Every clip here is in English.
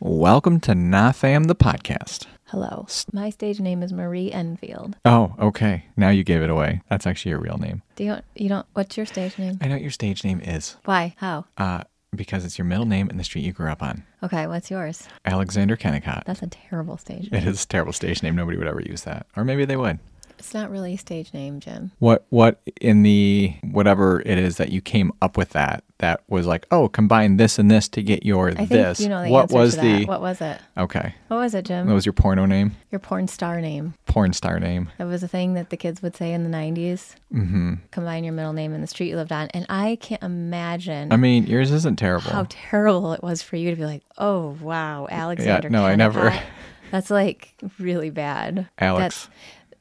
Welcome to Natham the podcast. Hello. My stage name is Marie Enfield. Oh, okay. Now you gave it away. That's actually your real name. Do you you don't what's your stage name? I know what your stage name is Why? How? uh, because it's your middle name and the street you grew up on. Okay, what's yours? Alexander Kennicott. That's a terrible stage name. It is a terrible stage name. Nobody would ever use that, or maybe they would. It's not really a stage name, Jim. What what in the whatever it is that you came up with that that was like oh combine this and this to get your I think this. you know the what answer was to that. the What was it? okay? What was it, Jim? That was your porno name, Your porn star name. porn star name. That was a thing that the kids would say in the 90s. Mm-hmm. Combine your middle name and the street you lived on. And I can't imagine I mean, yours isn't terrible. how terrible it was for you to be like, oh, wow, Alexander. no, I never- Kennicott." That's like really bad. Alex. That's,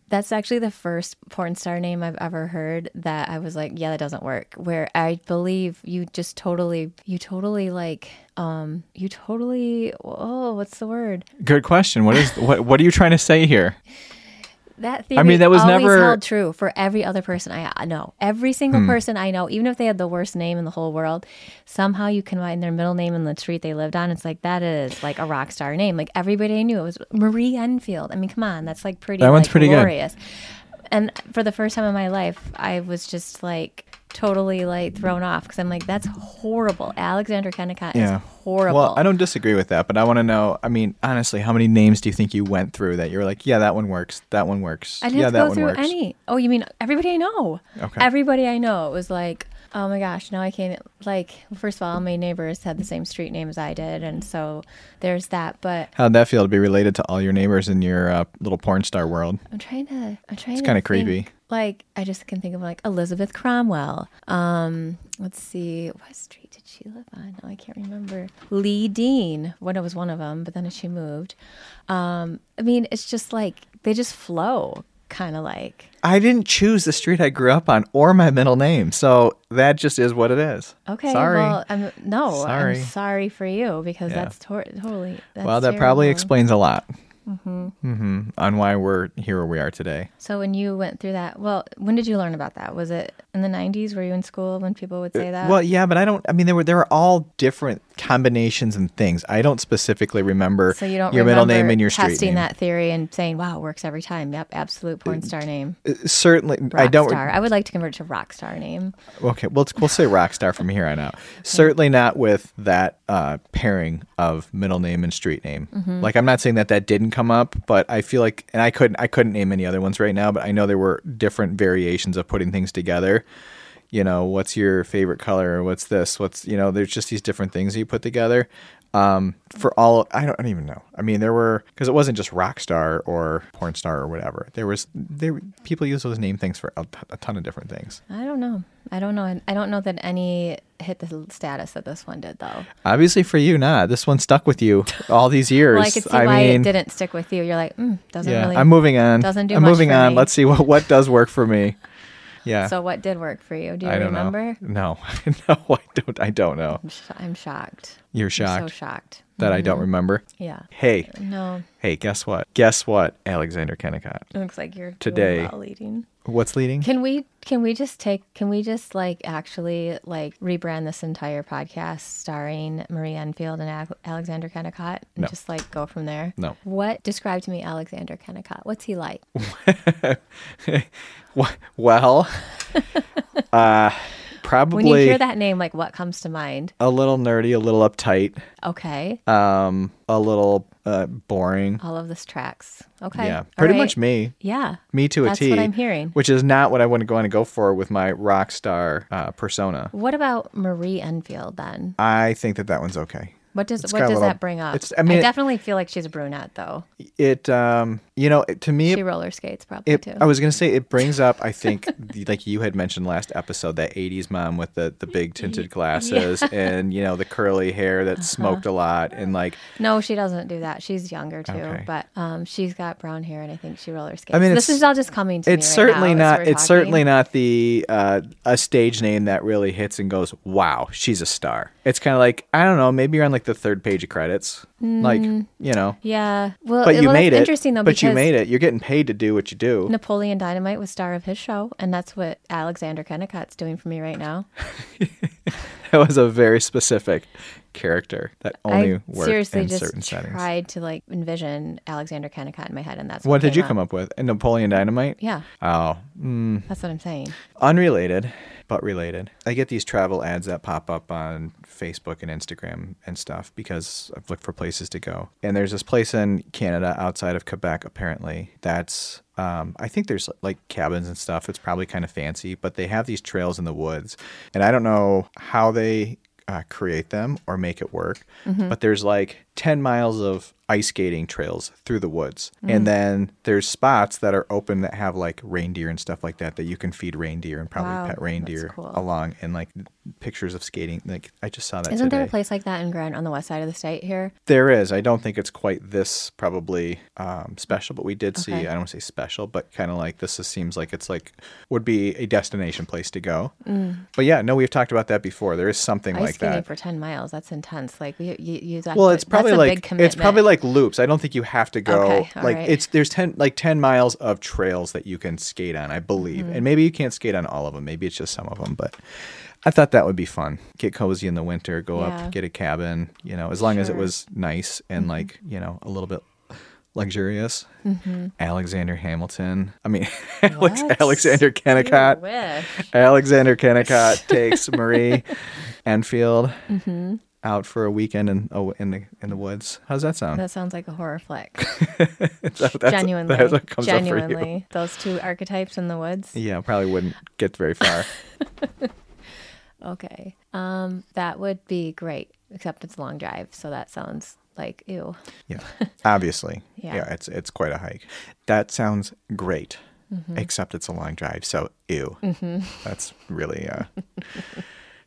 that's actually the first porn star name I've ever heard that I was like, yeah, that doesn't work. Where I believe you just totally, you totally like, um, you totally, oh, what's the word? Good question. What is what what are you trying to say here? That theory mean, that was always never- Hmm. held true for every other person I I know. Every single person I know, even if they had the worst name in the whole world, somehow you combine their middle name and the street they lived on. It's like that is like a rock star name. Like everybody I knew, it was Marie Enfield. I mean, come on, that's like pretty. That one's like, pretty good. glorious. And for the first time in my life, I was just like totally like thrown off because I'm like, that's horrible. Alexander Kennicott Yeah. is horrible. Well, I don't disagree with that, but I want to know. I mean, honestly, how many names do you think you went through that you were like, yeah, that one works, that one works, I didn't yeah, have to that go one through works. any. Oh, you mean everybody I know? Okay. Everybody I know was like, oh my gosh, now I can't. Like, first of all, my neighbors had the same street name as I did, and so there's that. But How'd that feel to be related to all your neighbors in your uh, little porn star world? I'm trying to. I'm trying. It's kinda creepy. Like, I just can think of like Elizabeth Cromwell. Um, let's see, what street did she live on? No, I can't remember. Lee Dean. When it was one of them, but then she moved. Um, I mean, it's just like they just flow, kind of like. I didn't choose the street I grew up on or my middle name, so that just is what it is. Okay. sorry. Well, I'm, no, Sorry. I'm sorry for you because Yeah. that's tor- totally. That's well, that probably terrible. Mm-hmm. explains a lot hmm on why we're here where we are today. So when you went through that, well, when did you learn about that? Was it in the '90s? Were you in school when people would say that? Uh, Well, yeah, but I don't. I mean, there were there were all different combinations and things. I don't specifically remember so you don't your middle name remember and your street testing name. that theory and saying, "Wow, works every time." Yep, absolute porn star name. Certainly, Rock I don't. Star. I would like to convert to rock star name. Okay, well, let's- we'll say rock star from here on out. Certainly not with that uh, pairing of middle name and street name. Like, I'm not saying that that didn't come up, but I feel like, and I couldn't, I couldn't name any other ones right now. But I know there were different variations of putting things together. You know, what's your favorite color? What's this? What's you know? There's just these different things that you put together. Um, for all, I don't, I don't even know. I mean, there were because it wasn't just rock star or porn star or whatever. There was there people use those name things for a t- a ton of different things. I don't know. I don't know. I don't know that any hit the status that this one did, though. Obviously, for you, not. This one stuck with you all these years. Well, I could see why mean, it didn't stick with you. You're like, mm, doesn't Yeah, really. I'm moving on. doesn't do I'm much moving for on. me. Let's see what what does work for me. Yeah, So what did work for you? Do you I don't remember? know. No, no, I don't. I don't know. I'm, sh- I'm shocked. You're So Mm-hmm. shocked shocked. that I don't remember. Yeah. Hey, No, hey, guess what? Guess what? Alexander Kennicott. it looks like you're Today. doing well leading. What's leading? Can we can we just take can we just like actually like rebrand this entire podcast starring Marie Enfield and Al- Alexander Kennicott and No. just like go from there? No. What describe to me Alexander Kennicott? What's he like? Wh- well, uh, When you probably hear that name, like what comes to mind? a little nerdy, a little uptight, Okay, um, a little uh, boring. all of this tracks. Okay, Yeah, All pretty right. much me. Yeah, Me to a That's T, what I'm hearing. Which is not what I want to go on and go for with my rock star uh, persona. What about Marie Enfield then? I think that that one's okay. What does It's what got a does little- that bring up? it's- I mean, it- definitely feel like she's a brunette though. It, um, you know, it, to me, she it, roller skates probably it- too. I was gonna say it brings up. I think, the, like you had mentioned last episode, that '80s mom with the the big tinted glasses and you know the curly hair Uh-huh. that smoked a lot and like no, she doesn't do that. She's younger too, Okay. but um, she's got brown hair and I think she roller skates. I mean, this it's- is all just coming to me. it's right certainly now not as we're it's certainly talking. not the uh, a stage name that really hits and goes wow she's a star it's kind of like i don't know maybe you're on like the third page of credits like Mm. you know Yeah. Well, but it- you well, that's made it Interesting though, but you because made it you're getting paid to do what you do Napoleon Dynamite was star of his show, and that's what Alexander Kennicott's doing for me right now. that was a very specific character that only I worked seriously in just certain settings. tried to like envision Alexander Kennicott in my head, and that's What did came you come up with? And Napoleon Dynamite? Yeah, Oh, that's what I'm saying. unrelated, but related. I get these travel ads that pop up on Facebook and Instagram and stuff because I've looked for places to go. And there's this place in Canada outside of Quebec, apparently, that's. Um, I think there's like cabins and stuff. It's probably kind of fancy, but they have these trails in the woods. And I don't know how they uh, create them or make it work. But there's like 10 miles of ice skating trails through the woods. Mm. And then there's spots that are open that have like reindeer and stuff like that that you can feed reindeer and probably Wow, pet that's reindeer cool. along and like pictures of skating. Like I just saw that Isn't today. there a place like that in Grand on the west side of the state here? There is. I don't think it's quite this probably um, special, but we did see. Okay. I don't want to say special, but kind of like this. Is, seems like it's like would be a destination place to go. But yeah, no, we've talked about that before. There is something Mm. Ice like skating that. for ten miles—that's intense. Like you, you, you have well, to- it's probably that's a big like it's probably commitment. like loops. I don't think you have to go Okay, all like right. it's there's ten like ten miles of trails that you can skate on, I believe, Mm-hmm. and maybe you can't skate on all of them. Maybe it's just some of them, but. I thought that would be fun. Get cozy in the winter, go Yeah. up, get a cabin, you know, as long as it Sure. Mm-hmm. was nice and like, you know, a little bit luxurious. Alexander Hamilton. I mean, Alex, Mm-hmm. What? Alexander Kennicott. Wish. Alexander Kennicott takes Marie Enfield Mm-hmm. out for a weekend in oh, in the in the woods. How's that sound? That sounds like a horror flick. That- that's- genuinely, that's what comes up for you. genuinely, those two archetypes in the woods. Yeah, probably wouldn't get very far. Okay, um, that would be great. Except it's a long drive, so that sounds like ew. yeah, obviously. Yeah. it's it's quite a hike. That sounds great, Mm-hmm. except it's a long drive. So ew, that's really uh,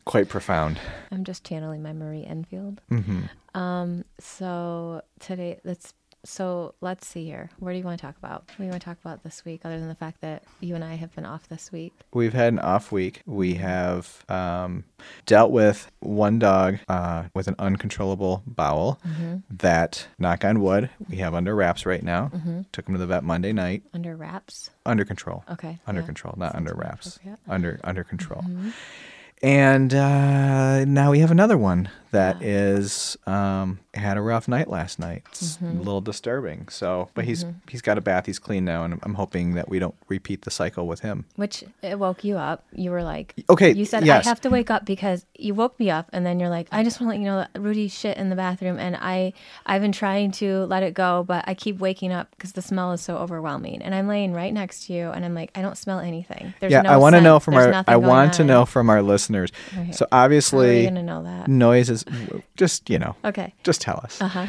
quite profound. I'm just channeling my Marie Enfield. Mm-hmm. Um, so today, let's. So let's see here. What do you want to talk about? What do you want to talk about this week, other than the fact that you and I have been off this week? We've had an off week. We have um, dealt with one dog uh, with an uncontrollable bowel Mm-hmm. that, knock on wood, we have under wraps right now. Mm-hmm. Took him to the vet Monday night. Under wraps. Under control. Okay. Under yeah. control, not under wraps. appropriate. Mm-hmm. Under under control. And uh, now we have another one that is um, had a rough night last night. It's Mm-hmm. a little disturbing. So, but he's he's got a bath. He's clean now, and I'm- I'm hoping that we don't repeat the cycle with him. Which it woke you up. You were like, Okay, You said yes. I have to wake up because you woke me up, and then you're like, I just want to let you know that Rudy's shit in the bathroom, and I I've been trying to let it go, but I keep waking up because the smell is so overwhelming, and I'm laying right next to you, and I'm like, I don't smell anything. There's yeah, no I want to scent. know from There's our. nothing I going want to on. know from our listeners. Right. So How are you obviously, gonna know that? noise is just you know, Okay. just tell us. Uh huh.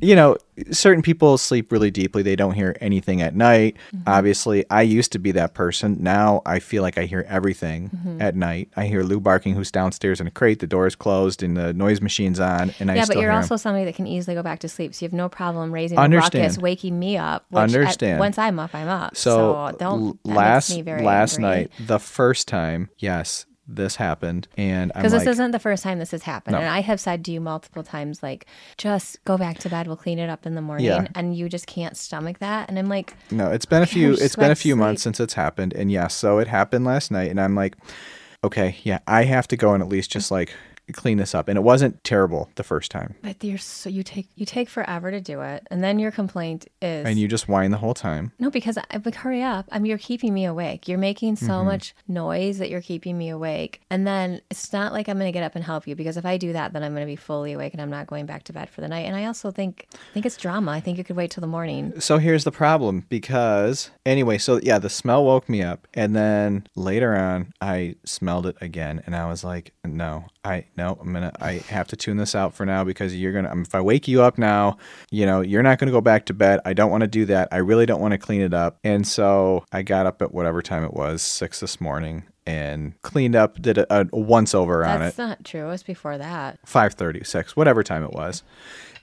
You know, certain people sleep really deeply. They don't hear anything at night. Mm-hmm. Obviously, I used to be that person. Now I feel like I hear everything Mm-hmm. at night. I hear Lou barking, who's downstairs in a crate. The door is closed, and the noise machine's on, and I Yeah, still but you're hear also 'em. somebody that can easily go back to sleep, so you have no problem raising a Understand. ruckus, waking me up. Which I- Understand. once I'm up, I'm up. So, So, don't. l- that makes last me very last angry. night, the first time, yes, this happened, and I'm Because like, this isn't the first time this has happened. No. And I have said to you multiple times, like, just go back to bed. We'll clean it up in the morning. Yeah. And you just can't stomach that. And I'm like, No, it's been a few. just It's been a went to few months sleep. since it's happened, and yes, so it happened last night, and I'm like, okay, yeah, I have to go and at least just like clean this up, and it wasn't terrible the first time, but you're so, you take you take forever to do it. And then your complaint is, and you just whine the whole time. no, because I'm like, hurry up. I mean, you're keeping me awake. You're making so Mm-hmm. much noise that you're keeping me awake. And then it's not like I'm going to get up and help you because if I do that, then I'm going to be fully awake and I'm not going back to bed for the night. And I also think, I think it's drama. I think you could wait till the morning. So here's the problem because anyway, so yeah, the smell woke me up, and then later on, I smelled it again, and I was like, no, I no, I'm gonna, I have to tune this out for now because you're gonna, um, if I wake you up now, you know, you're not gonna go back to bed. I don't want to do that. I really don't want to clean it up, and so I got up at whatever time it was, six this morning, and cleaned up, did a, a once over on it. That's not true. It was before that. 5:30, 6, whatever time it was.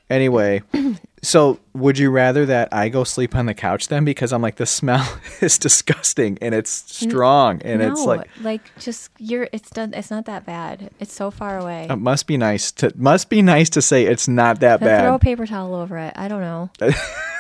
Anyway, so would you rather that I go sleep on the couch then because I'm like the smell is disgusting and it's strong and no, it's like just you're it's done it's not that bad. It's so far away. it must be nice to must be nice to say it's not that Then Throw a bad. paper towel over it. I don't know.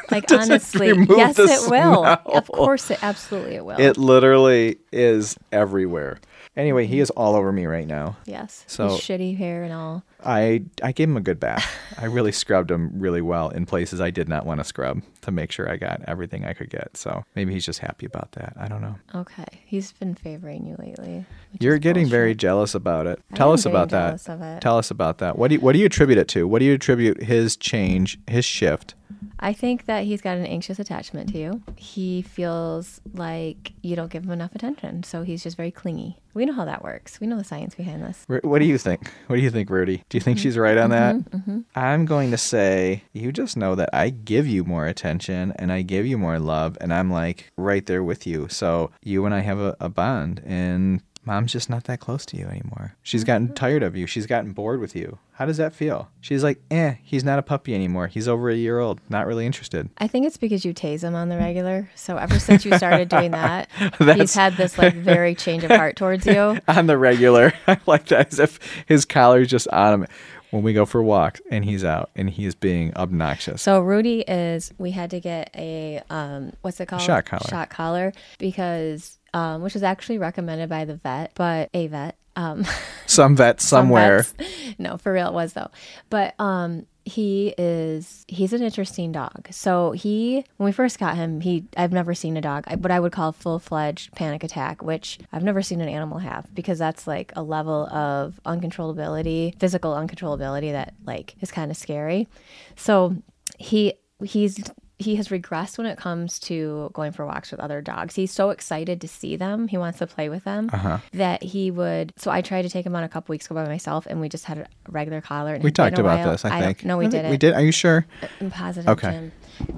Like doesn't honestly, remove yes, the it will. smell. Of course, it absolutely it will. It literally is everywhere. Anyway, he is all over me right now. Yes. his So- shitty hair and all. I I gave him a good bath. I really scrubbed him really well in places I did not want to scrub to make sure I got everything I could get. So maybe he's just happy about that. I don't know. Okay. He's been favoring you lately. which You're is getting bullshit. very jealous about it. I Tell am us getting about that. jealous of it. Tell us about that. What do you, what do you attribute it to? What do you attribute his change, his shift? I think that he's got an anxious attachment to you. He feels like you don't give him enough attention, so he's just very clingy. We know how that works. We know the science behind this. Ru- What do you think? What do you think, Rudy? Do you think she's right on that? Mm-hmm, I'm going to say you just know that I give you more attention and I give you more love, and I'm like right there with you. So you and I have a, a bond, and mom's just not that close to you anymore. She's gotten Mm-hmm. tired of you. She's gotten bored with you. How does that feel? She's like, eh, he's not a puppy anymore. He's over a year old. Not really interested. I think it's because you tase him on the regular. So ever since you started doing that, That's- he's had this like very change of heart towards you. on the regular. I like that as if his collar's just on him when we go for walks and he's out and he's being obnoxious. So Rudy is. We had to get a um, what's it called? Shock collar. Shock collar because um, which was actually recommended by the vet, but a vet. Um, Some vet somewhere. Some vets- no, for real, it was though. But um, he is he's an interesting dog. So he, when we first got him, he I've never seen a dog I- what I would call full fledged panic attack, which I've never seen an animal have because that's like a level of uncontrollability, physical uncontrollability that like is kind of scary. So he he's he has regressed when it comes to going for walks with other dogs. He's so excited to see them. He wants to play with them Uh-huh. that he would. So I tried to take him on a couple weeks ago by myself, and we just had a regular collar. And we talked about this, I think. No, we think didn't. We did. Are you sure? I'm positive. Okay. Jim.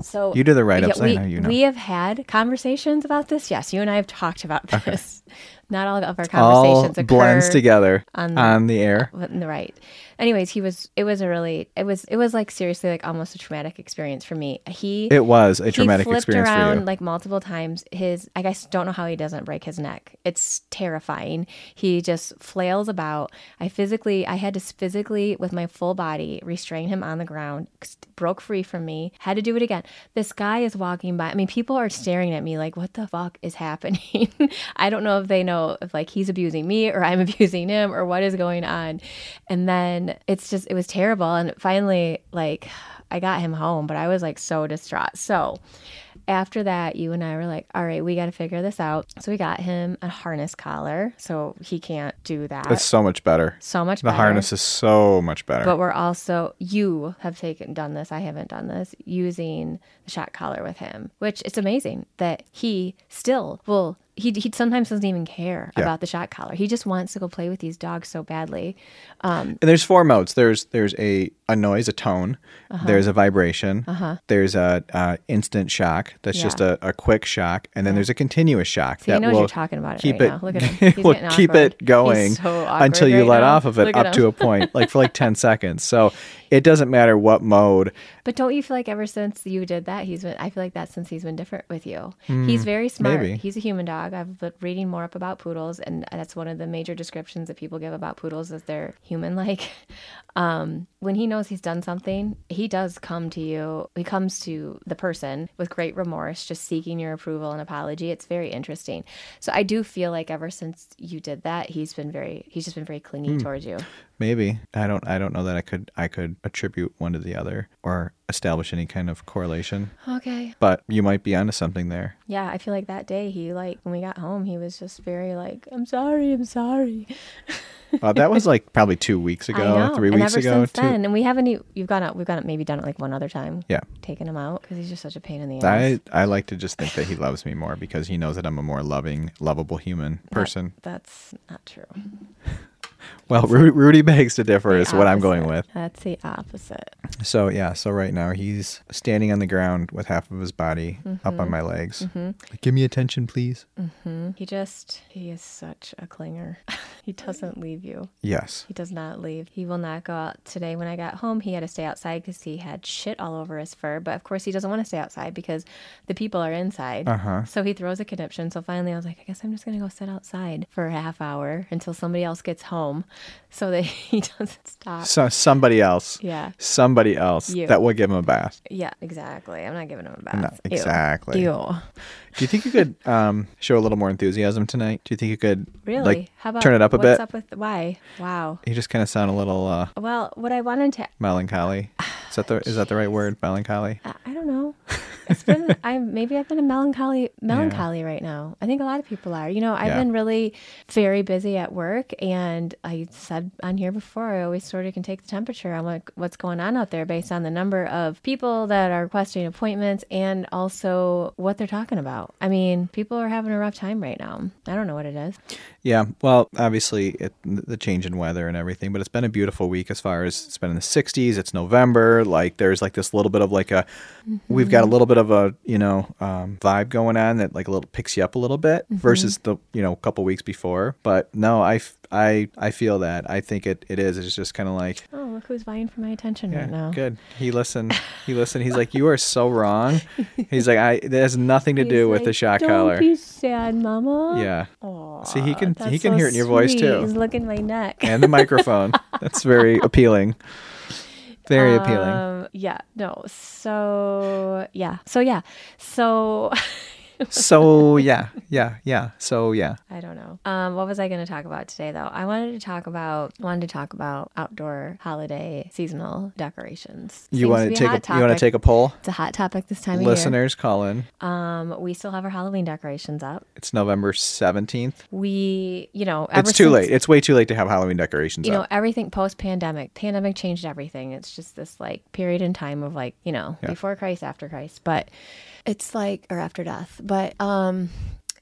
So You do the write-ups, I we, know you know. We have had conversations about this. Yes, you and I have talked about this. Not all of our All conversations blends occur together on on the- the, air. but- right anyways he was it was a really it was it was like seriously like almost a traumatic experience for me he It was a he traumatic flipped experience around for you. like multiple times his i guess don't know how he doesn't break his neck it's terrifying he just flails about i physically i had to physically with my full body restrain him on the ground broke free from me had to do it again this guy is walking by i mean people are staring at me like what the fuck is happening i don't know if they know if like he's abusing me or i'm abusing him or what is going on and then it's just it was terrible and finally like i got him home but i was like so distraught so after that, you and I were like, all right, we got to figure this out. So we got him a harness collar. So he can't do that. It's so much better. so much The better. harness is so much better. But we're also, you have taken, done this. I haven't done this using the shot collar with him, which it's amazing that he still will. He, he sometimes doesn't even care Yeah. about the shot collar. He just wants to go play with these dogs so badly. And there's four modes. There's there's a, a noise, a tone. Uh-huh. There's a vibration. There's a uh, instant shock. That's Yeah. just a, a quick shock, and then there's a continuous shock He that knows will you're talking about it keep right it now. Look at him. He's will getting keep awkward. it going He's so awkward until you right let now. off of it Look at up to him. a point, like for like ten seconds. So it doesn't matter what mode. But don't you feel like ever since you did that, he's been? I feel like that since he's been different with you. he's very smart. maybe. He's a human dog. I've been reading more up about poodles, and that's one of the major descriptions that people give about poodles is they're human-like. Um, when he knows he's done something, he does come to you. He comes to the person with great remorse, just seeking your approval and apology. It's very interesting. So I do feel like ever since you did that, he's been very. He's just been very clingy towards you. Maybe I don't I don't know that I could I could attribute one to the other or establish any kind of correlation. Okay. But you might be onto something there. Yeah, I feel like that day he like when we got home he was just very like I'm sorry, I'm sorry. Uh, that was like probably two weeks ago, I know. three and weeks ever ago. since Two, then, and we haven't e- you've gone out we've gone out maybe done it like one other time. Yeah. taken him out because he's just such a pain in the ass. I, I like to just think that he loves me more because he knows that I'm a more loving, lovable human person. That's not true. Well, Ru- Rudy begs to differ is what I'm going with. Opposite. That's the opposite. So yeah, so right now he's standing on the ground with half of his body up Mm-hmm. on my legs. Like, Give me attention, please. He just he is such a clinger. He doesn't leave you. Yes. He does not leave. He will not go out today. When I got home, he had to stay outside because he had shit all over his fur. But of course, he doesn't want to stay outside because the people are inside. Uh-huh. So he throws a conniption. So finally, I was like, I guess I'm just gonna go sit outside for a half hour until somebody else gets home, so that he doesn't stop. So somebody else. Yeah. Somebody else You. that will give him a bath. Yeah, exactly. I'm not giving him a bath. Ew. exactly. Ew. Do you think you could um, show a little more enthusiasm tonight? Do you think you could Really? like How about turn it up a what's bit? up with why? Wow. You just kind of sound a little uh, Well, what I wanted to melancholy. Is that the is that the right word? Melancholy. I I don't know. It's been I maybe I've been a melancholy melancholy right now. I think a lot of people are. You know, I've Yeah. been really very busy at work and I said on here before I always sort of can take the temperature on what, what's going on out there based on the number of people that are requesting appointments and also what they're talking about. I mean, people are having a rough time right now. I don't know what it is. Yeah. Well, obviously it, the change in weather and everything, but it's been a beautiful week as far as it's been in the 60s. It's November. Like there's like this little bit of like a Mm-hmm. we've got a little bit of a you know um, vibe going on that like a little picks you up a little bit Mm-hmm. versus the you know couple weeks before. But no, I f- I I feel that. I think it it is. It's just kind of like. Oh, look who's vying for my attention Yeah, right now. Good. He listened. He listened. He's like, you are so wrong. He's like, I. It has nothing to do He's with the like, shot don't collar. be sad, mama. Yeah. Aw, See, he can- that's he can so hear it in your voice, sweet. too. He's looking my neck. and the microphone. That's very appealing. Very appealing. Um, yeah. No. So yeah. So yeah. So So yeah, yeah, yeah. So yeah. I don't know. Um, what was I going to talk about today though? I wanted to talk about wanted to talk about outdoor holiday seasonal decorations. You Seems want be to a take a, hot you want topic. to take a poll? It's a hot topic this time of year. Listeners, call in. Um, we still have our Halloween decorations up. It's November seventeenth. We, you know, ever It's too since- late. It's way too late to have Halloween decorations you know up. everything post pandemic pandemic changed everything it's just this like period in time of like you know before christ after christ but it's like or after death but um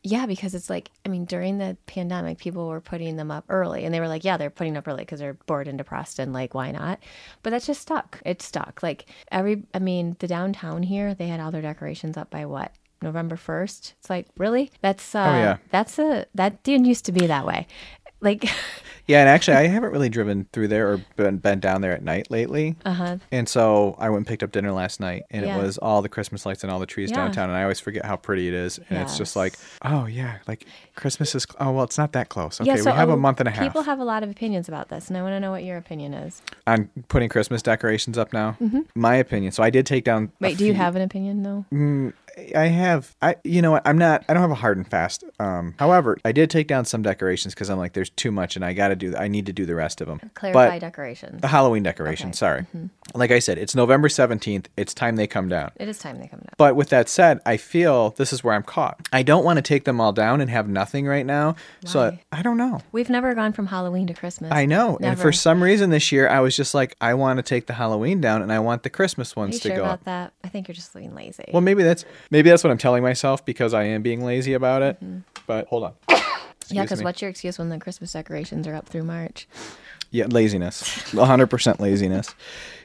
yeah because it's like i mean during the pandemic people were putting them up early and they were like yeah they're putting up early because they're bored and depressed and like why not but that's just stuck it's stuck like every i mean the downtown here they had all their decorations up by what November 1st. It's like, really? That's uh yeah. that's a that didn't used to be that way. Like Yeah, and actually, I haven't really driven through there or been, been down there at night lately. uh-huh. And so I went and picked up dinner last night, and Yeah. it was all the Christmas lights and all the trees Yeah. downtown. And I always forget how pretty it is. And it's just like, Yes. oh yeah, like Christmas is. Cl- oh well, it's not that close. Okay, so we have a l- month and a half. People have a lot of opinions about this, and I want to know what your opinion is. on putting Christmas decorations up now. My opinion. So I did take down. a Mm-hmm. Wait, do you few- Mm, have an opinion though? I have. I. You know. what, I'm not. I don't have a hard and fast. Um. However, I did take down some decorations because I'm like, there's too much, and I got to do. I need to do the rest of them. Clarify Mm-hmm. decorations. the Halloween decorations. Sorry. Like I said, it's November 17th. It's time they come down. It is time they come down. But with that said, I feel this is where I'm caught. I don't want to take them all down and have nothing right now. So Why? I, I don't know. We've never gone from Halloween to Christmas. I know. And Never. for some reason this year, I was just like, I want to take the Halloween down and I want the Christmas Are ones you to sure go about up. that? I think you're just being lazy. Well, maybe that's maybe that's what I'm telling myself because I am being lazy about it. But hold on. Mm-hmm. yeah, excuse because me. what's your excuse when the Christmas decorations are up through March? Yeah, laziness. 100% laziness.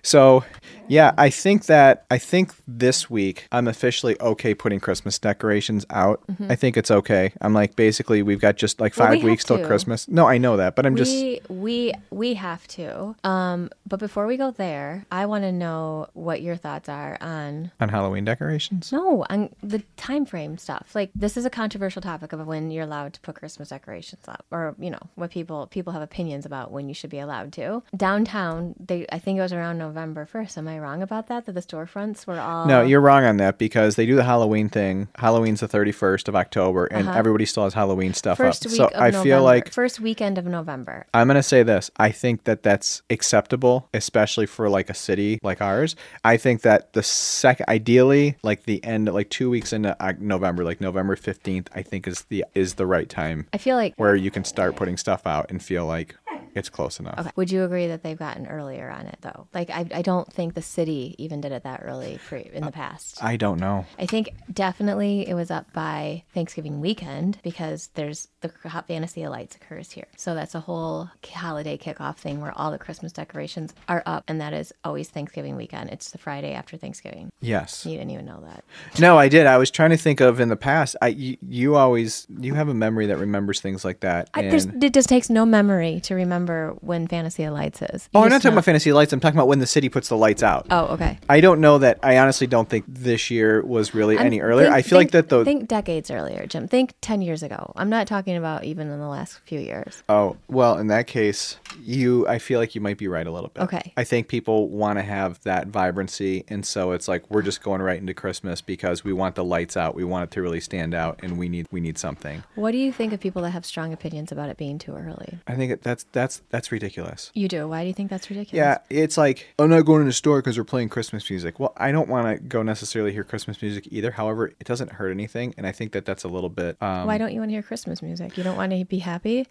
So, yeah, I think that I think this week I'm officially okay putting Christmas decorations out. I think it's okay. I'm like basically we've got just like Mm-hmm. 5 Well, we have weeks till to. Christmas. No, I know that, but I'm just we we we have to. Um, but before we go there, I want to know what your thoughts are on on Halloween decorations. No, on the time frame stuff. Like this is a controversial topic of when you're allowed to put Christmas decorations up, or you know what people people have opinions about when you should be allowed to. Downtown, they I think it was around November first. Am I wrong about that? That the storefronts were all No, uh, you're wrong on that because they do the Halloween thing. Halloween's the 31st of October, and everybody still has Halloween stuff Uh-huh. first up. week so of I November. feel like first weekend of November. I'm gonna say this. I think that that's acceptable, especially for like a city like ours. I think that the second, ideally, like the end, like two weeks into uh, November, like November 15th, I think is the is the right time I feel like where you can start putting stuff out and feel like It's close enough. Okay. Would you agree that they've gotten earlier on it though? Like I, I don't think the city even did it that early pre- in the past. I don't know. I think definitely it was up by Thanksgiving weekend because there's the Hot Fantasy of Lights occurs here. So that's a whole holiday kickoff thing where all the Christmas decorations are up, and that is always Thanksgiving weekend. It's the Friday after Thanksgiving. Yes. You didn't even know that. No, I did. I was trying to think of in the past. I you, you always you have a memory that remembers things like that. I, and- there's, it just takes no memory to remember when Fantasy of Lights is. You oh, I'm not just talking know- about fantasy lights. I'm talking about when the city puts the lights out. Oh, okay. I don't know that. I honestly don't think this year was really I'm- any earlier. think- I feel like that the think- think decades earlier, Jim. Think ten years ago. I'm not talking about even in the last few years. Oh, well, in that case, you I feel like you might be right a little bit. Okay. I think people want to have that vibrancy and so it's like we're just going right into Christmas because we want the lights out. We want it to really stand out and we need we need something. What do you think of people that have strong opinions about it being too early? I think it, that's that's that's ridiculous. You do. Why do you think that's Yeah, ridiculous? it's like I'm not going to the store because we're playing Christmas music. Well, I don't want to go necessarily hear Christmas music either. However, it doesn't hurt anything, and I think that that's a little bit. Um, Why don't you want to hear Christmas music? You don't want to be happy?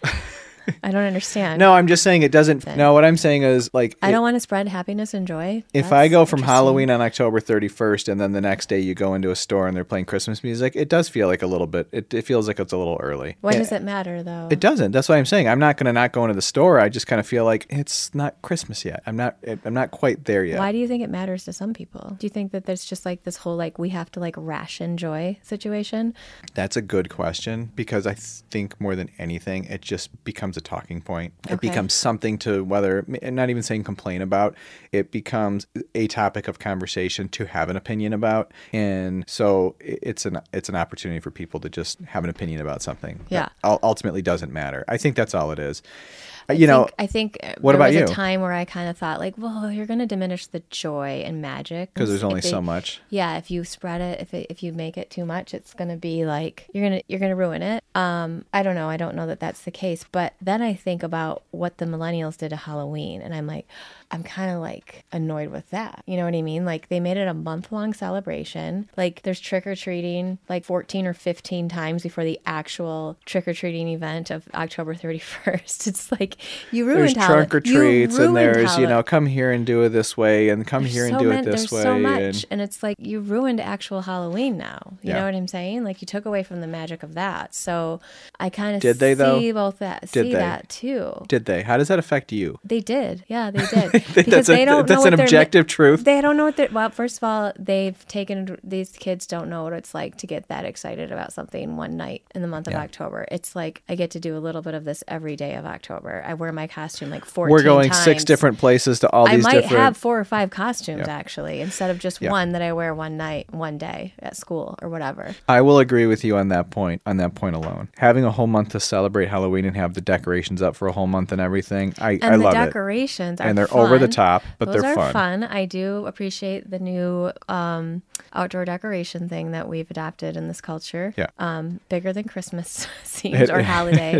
I don't understand. no, I'm just saying it doesn't. No, what I'm saying is like I it- don't want to spread happiness and joy. If I That's go from interesting. Halloween on October 31st and then the next day you go into a store and they're playing Christmas music, it does feel like a little bit, it, it feels like it's a little early. why it, does it matter though? it doesn't. That's what I'm saying. I'm not going to not go into the store. I just kind of feel like it's not Christmas yet. I'm not, I'm not quite there yet. Why do you think it matters to some people? Do you think that there's just like this whole like we have to like ration joy situation? That's a good question because I think more than anything, it just becomes a talking point. It Okay. becomes something to whether, and not even saying complain about, it becomes a topic of conversation to have an opinion about. And so i- it's an it's an opportunity for people to just have an opinion about something. Yeah. that ul- ultimately doesn't matter. I think that's all it is. Uh, you know, think- I think uh, what there about was you? a time where I kind of thought like, well, you're going to diminish the joy and magic because there's if only they- so much. Yeah, if you spread it, if it, if you make it too much, it's going to be like you're going to you're going to ruin it. Um, I don't know. I don't know that that's the case, but then I think about what the millennials did to Halloween and I'm like I'm kind of like annoyed with that. You know what I mean? Like they made it a month-long celebration. Like there's trick or treating like 14 or 15 times before the actual trick or treating event of October 31st. It's like you ruined There's Hall- trunk or you treats, and ruined there's you Hall- know, come here and do it this way, and come here and so do many- it this there's way. so much, and- and... it's like you ruined actual Halloween now. You Yeah. know what I'm saying? Like you took away from the magic of that. So I kind of Did they, see though? both that Did see they? that too. did they? How does that affect you? They did, yeah, they did that's because a- they don't that's know what an they're- objective truth. They don't know what they're. Well, first of all, they've taken these kids don't know what it's like to get that excited about something one night in the month of October. It's like I get to do a little bit of this every day of October. I wear my costume like 14 we're going six times. different places to all I these might different. have four or five costumes actually instead of just Yeah. one that I wear one night, one day at school or whatever. I will agree with you on that point. On that point alone, having a whole month to celebrate Halloween and have the decorations up for a whole month and everything, I And I the love it. decorations are And they're over the fun. top, but Those they're are fun. I do appreciate the new um, outdoor decoration thing that we've adopted in this culture. Yeah. Um, bigger than Christmas seems It- or holiday.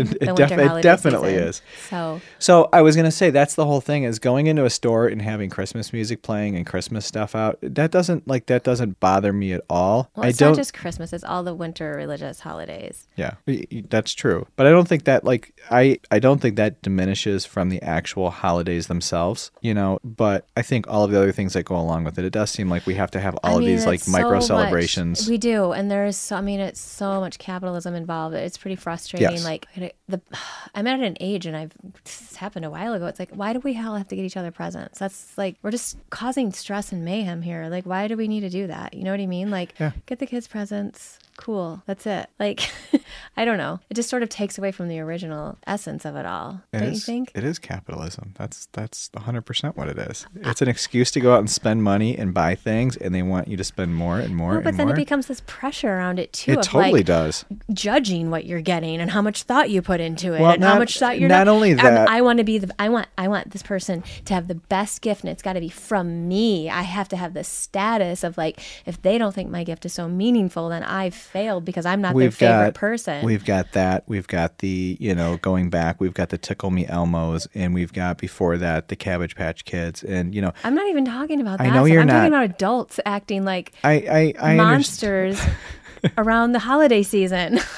it- it than winter def- it holiday definitely season. is. So So I was gonna say that's the whole thing is going into a store and having Christmas music playing and Christmas stuff out. That doesn't like that doesn't bother me at all. well, I it's don't. not just Christmas, it's all the winter religious holidays. Yeah, y- y- that's true. But I don't think that like I I don't think that diminishes from the actual holidays themselves, you know, but I think all of the other things that go along with it. It does seem like we have to have all I of mean, these like it's so micro much- celebrations. We do, and there is so. I mean, it's so much capitalism involved. It's pretty frustrating. Yes. Like I- the, I'm at an age, and I've this happened a while ago. It's like, why do we all have to get each other presents? That's like we're just causing stress and mayhem here. Like, why do we need to do that? You know what I mean? Like, Yeah. get the kids presents. Cool. That's it. Like, I don't know. It just sort of takes away from the original essence of it all. It don't you is- think? It is capitalism. That's that's 100% what it is. It's an excuse to go out and spend money and buy things and they want you to spend more and more No, but and then more. it becomes this pressure around it too. it of totally like, does. judging what you're getting and how much thought you put into it Well, and not- how much thought you're not not, only Um, that- I want to be the I want I want this person to have the best gift and it's got to be from me. I have to have the status of like if they don't think my gift is so meaningful then I've failed because I'm not their favorite person. We've got that. We've got the, you know, going back, we've got the Tickle Me Elmos and we've got before that the Cabbage Patch Kids and you know, I'm not even talking about I that. know stuff. you're I'm talking not. about adults acting like I I I underst- monsters around the holiday season.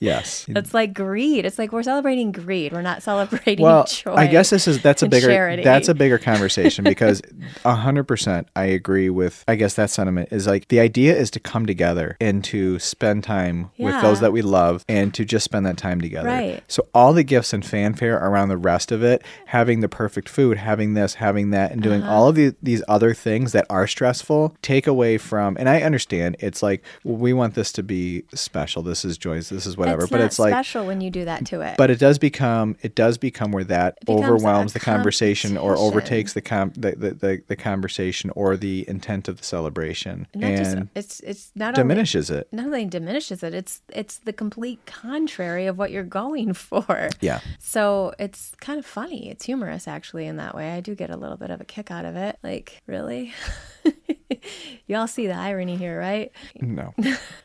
Yes. That's like greed. It's like we're celebrating greed. We're not celebrating well, joy. I guess this is that's a and bigger charity. that's a bigger conversation because hundred percent I agree with I guess that sentiment is like the idea is to come together and to spend time with those Yeah. that we love and to just spend that time together. Right. So all the gifts and fanfare around the rest of it, having the perfect food, having this, having that, and doing Uh-huh. all of the, these other things that are stressful, take away from. And I understand it's like well, we want this to be special. This is joy's. This is whatever. It's but not it's like special when you do that to it. but it does become it does become where that becomes overwhelms a the conversation or competition. overtakes the, com- the, the the the conversation or the intent of the celebration not just, and it's it's not only diminishes it. not only diminishes it it's it's the complete contrary of what you're going for Yeah. so it's kind of funny it's humorous actually in that way i do get a little bit of a kick out of it like really you all see the irony here right No.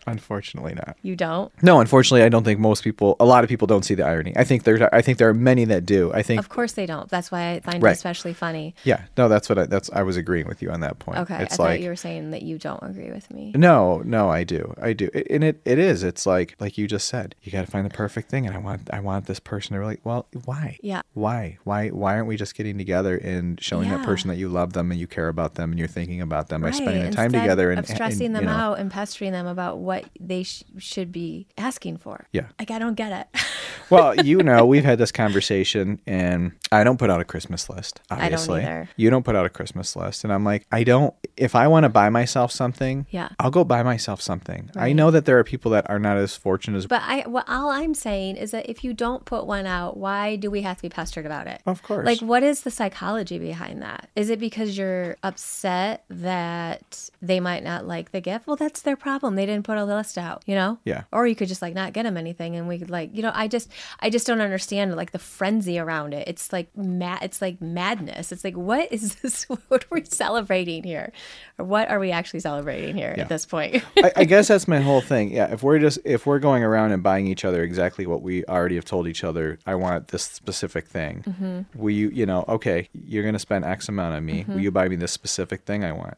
unfortunately not. you don't No, unfortunately I don't think most people a lot of people don't see the irony. I think there's I think there are many that do. I think of course they don't that's why i find Right. it especially funny yeah. No, that's what I that's I was agreeing with you on that point. okay i It's thought like you were saying that you don't agree with me No, no, I do. I do. I- And it, it is. It's like like you just said, you gotta find the perfect thing and I want I want this person to really well, why? Yeah. Why? Why why aren't we just getting together and showing that Yeah. person that you love them and you care about them and you're thinking about them by spending the time instead together and of stressing and, them you know, out and pestering them about what they sh- should be asking for. Yeah. like I don't get it. well, you know, we've had this conversation, and I don't put out a Christmas list. don't Obviously, either. you don't put out a Christmas list, and I'm like, I don't. If I want to buy myself something, Yeah. I'll go buy myself something. I Right. know that there are people that are not as fortunate as. but I, well, all I'm saying is that if you don't put one out, why do we have to be pestered about it? Of course. Like, what is the psychology behind that? Is it because you're upset that they might not like the gift? Well, that's their problem. They didn't put a list out, you know? Yeah. Or you could just like not get them anything, and we could like, you know, I just, I just don't understand like the frenzy around it. It's like mad. It's like madness. It's like, what is this? what are we celebrating here? Or what are we actually celebrating here Yeah. at this point? I, I guess that's my whole thing. Yeah, if we're just if we're going around and buying each other exactly what we already have told each other, I want this specific thing. Will you, you know, okay, you're gonna spend X amount on me. Will you buy me this specific thing I want?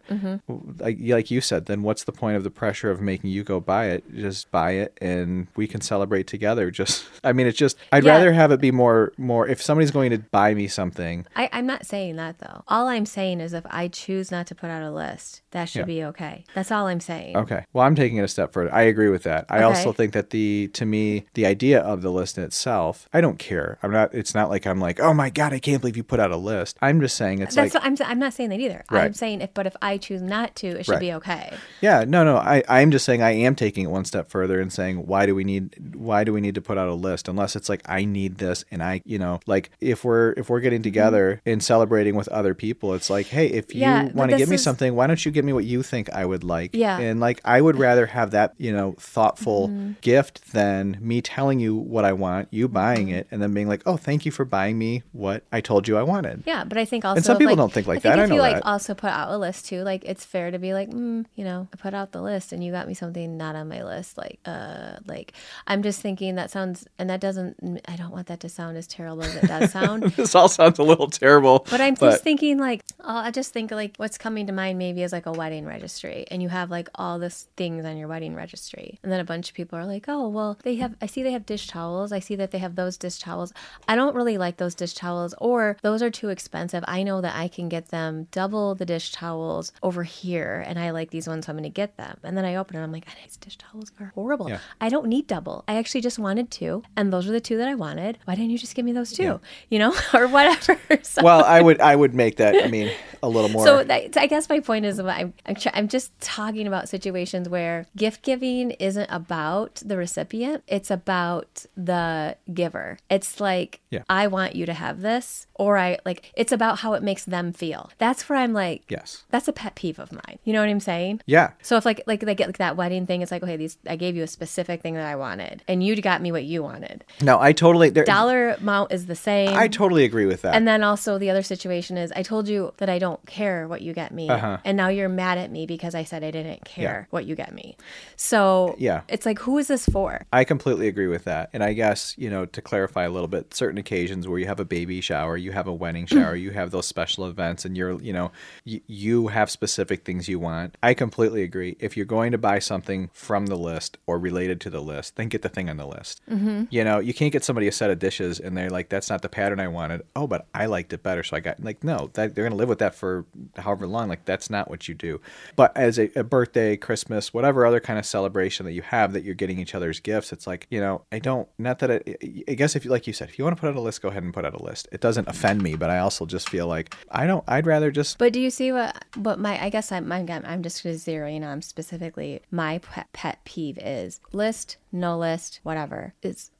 Like like you said, then what's the point of the pressure of making you go buy it? Just buy it, and we can celebrate together. Just, I mean, it's just I'd Yeah. rather have it be more more. If somebody's going to buy me something, I, I'm not saying that though. All I'm saying is if I choose not to put out a list, that should Yeah. be okay. That's all I'm saying. Okay. Well, I'm taking it a step further. I agree with that. I also Okay. think that the to me the idea of the list in itself, I don't care. I'm not. It's not like I'm like, oh my god, I can't believe you put out a list. I'm just saying it's That's like, what I'm. sa- I'm not saying that either. I'm Right. saying if, but if I choose not to, it should Right. be okay. yeah, no, no. I I'm just saying I am taking it one step further and saying why do we need why do we need to put out a list unless it's like I need this and I you know like if we're if we're Mm-hmm. getting together and celebrating with other people, it's like hey, if you Yeah, but want to give this me is- something, why don't you give me what you think I would like? Yeah. Mm-hmm. And like I would rather have that, you know, thoughtful gift than me telling you what I want, you buying it, and then being like, "Oh, thank you for buying me what I told you I wanted." Yeah, but I think also some if, people don't think like that. If I know you like that. also put out a list too, like it's fair to be like, mm, you know, I put out the list and you got me something not on my list. Like, uh, like I'm just thinking that sounds, and that doesn't. I don't want that to sound as terrible as it does sound. This all sounds a little terrible. But I'm just thinking like, oh, I just think like what's coming to mind maybe is like a wedding registry, and you have like all this things on your wedding registry, and then a bunch of people are like, oh, well, they have. I see they have dish towels. I see that they have those dish towels. I don't really like those dish towels, or those are too expensive. I know that I can get them double the dish towels over here, and I like these ones, so I'm going to get them. And then I open it, I'm like, these dish towels are horrible. Yeah. I don't need double. I actually just wanted two, and those were the two that I wanted. Why didn't you just give me those two? You know, or whatever. So- well, I would I would make that. I mean, a little more. so that, I guess my point is, I'm I'm, try, I'm just talking about situations where gift giving isn't about the recipient; it's about the giver. It's like Yeah. I want you to have this, or I like. It's about how it makes them feel. That's where I'm like, yes. that's a pet peeve of mine. You know what I'm saying? Yeah. So if like like they get like that wedding thing, it's like okay, these I gave you a specific thing that I wanted, and you got me what you wanted. No, I totally. There, Dollar amount is the same. I totally agree with that. And then also the other situation is I told you that I don't don't care what you get me. And now you're mad at me because I said I didn't care what you get me. So Yeah. it's like, who is this for? I completely agree with that. And I guess, you know, to clarify a little bit, certain occasions where you have a baby shower, you have a wedding shower, you have those special events, and you're, you know, y- you have specific things you want. I completely agree. If you're going to buy something from the list or related to the list, then get the thing on the list. You know, you can't get somebody a set of dishes and they're like, that's not the pattern I wanted. Oh, but I liked it better. So I got, like, no, that, they're going to live with that for however long. Like, that's not what you do. But as a, a birthday, Christmas, whatever other kind of celebration that you have that you're getting each other's gifts, it's like, you know, I don't, not that it, I guess if you, like you said, if you want to put out a list, go ahead and put out a list. It doesn't offend me, but I also just feel like I don't, I'd rather just, But do you see what? But my, I guess I'm, I'm, I'm just gonna zero in on specifically my pet, pet peeve is list, no list, whatever. It's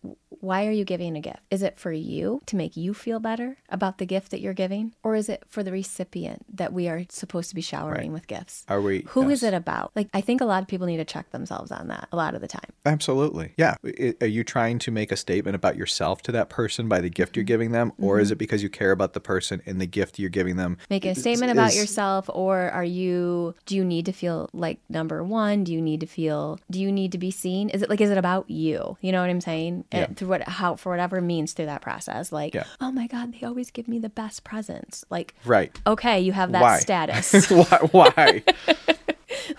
why are you giving a gift? Is it for you to make you feel better about the gift that you're giving, or is it for the recipient that we are supposed to be showering with gifts? are we? Who is yes. it about? Like, I think a lot of people need to check themselves on that a lot of the time. Absolutely. Yeah. I- Are you trying to make a statement about yourself to that person by the gift you're giving them? Or Mm-hmm. is it because you care about the person and the gift you're giving them? Making a statement about is- yourself, or are you, do you need to feel like number one? Do you need to feel, do you need to be seen? Is it like, is it about you? You know what I'm saying? And through what, how, for whatever means through that process. Like, Yeah. oh my God, they always give me the best presents. Like, Right. okay, you have that Why? status. why? why?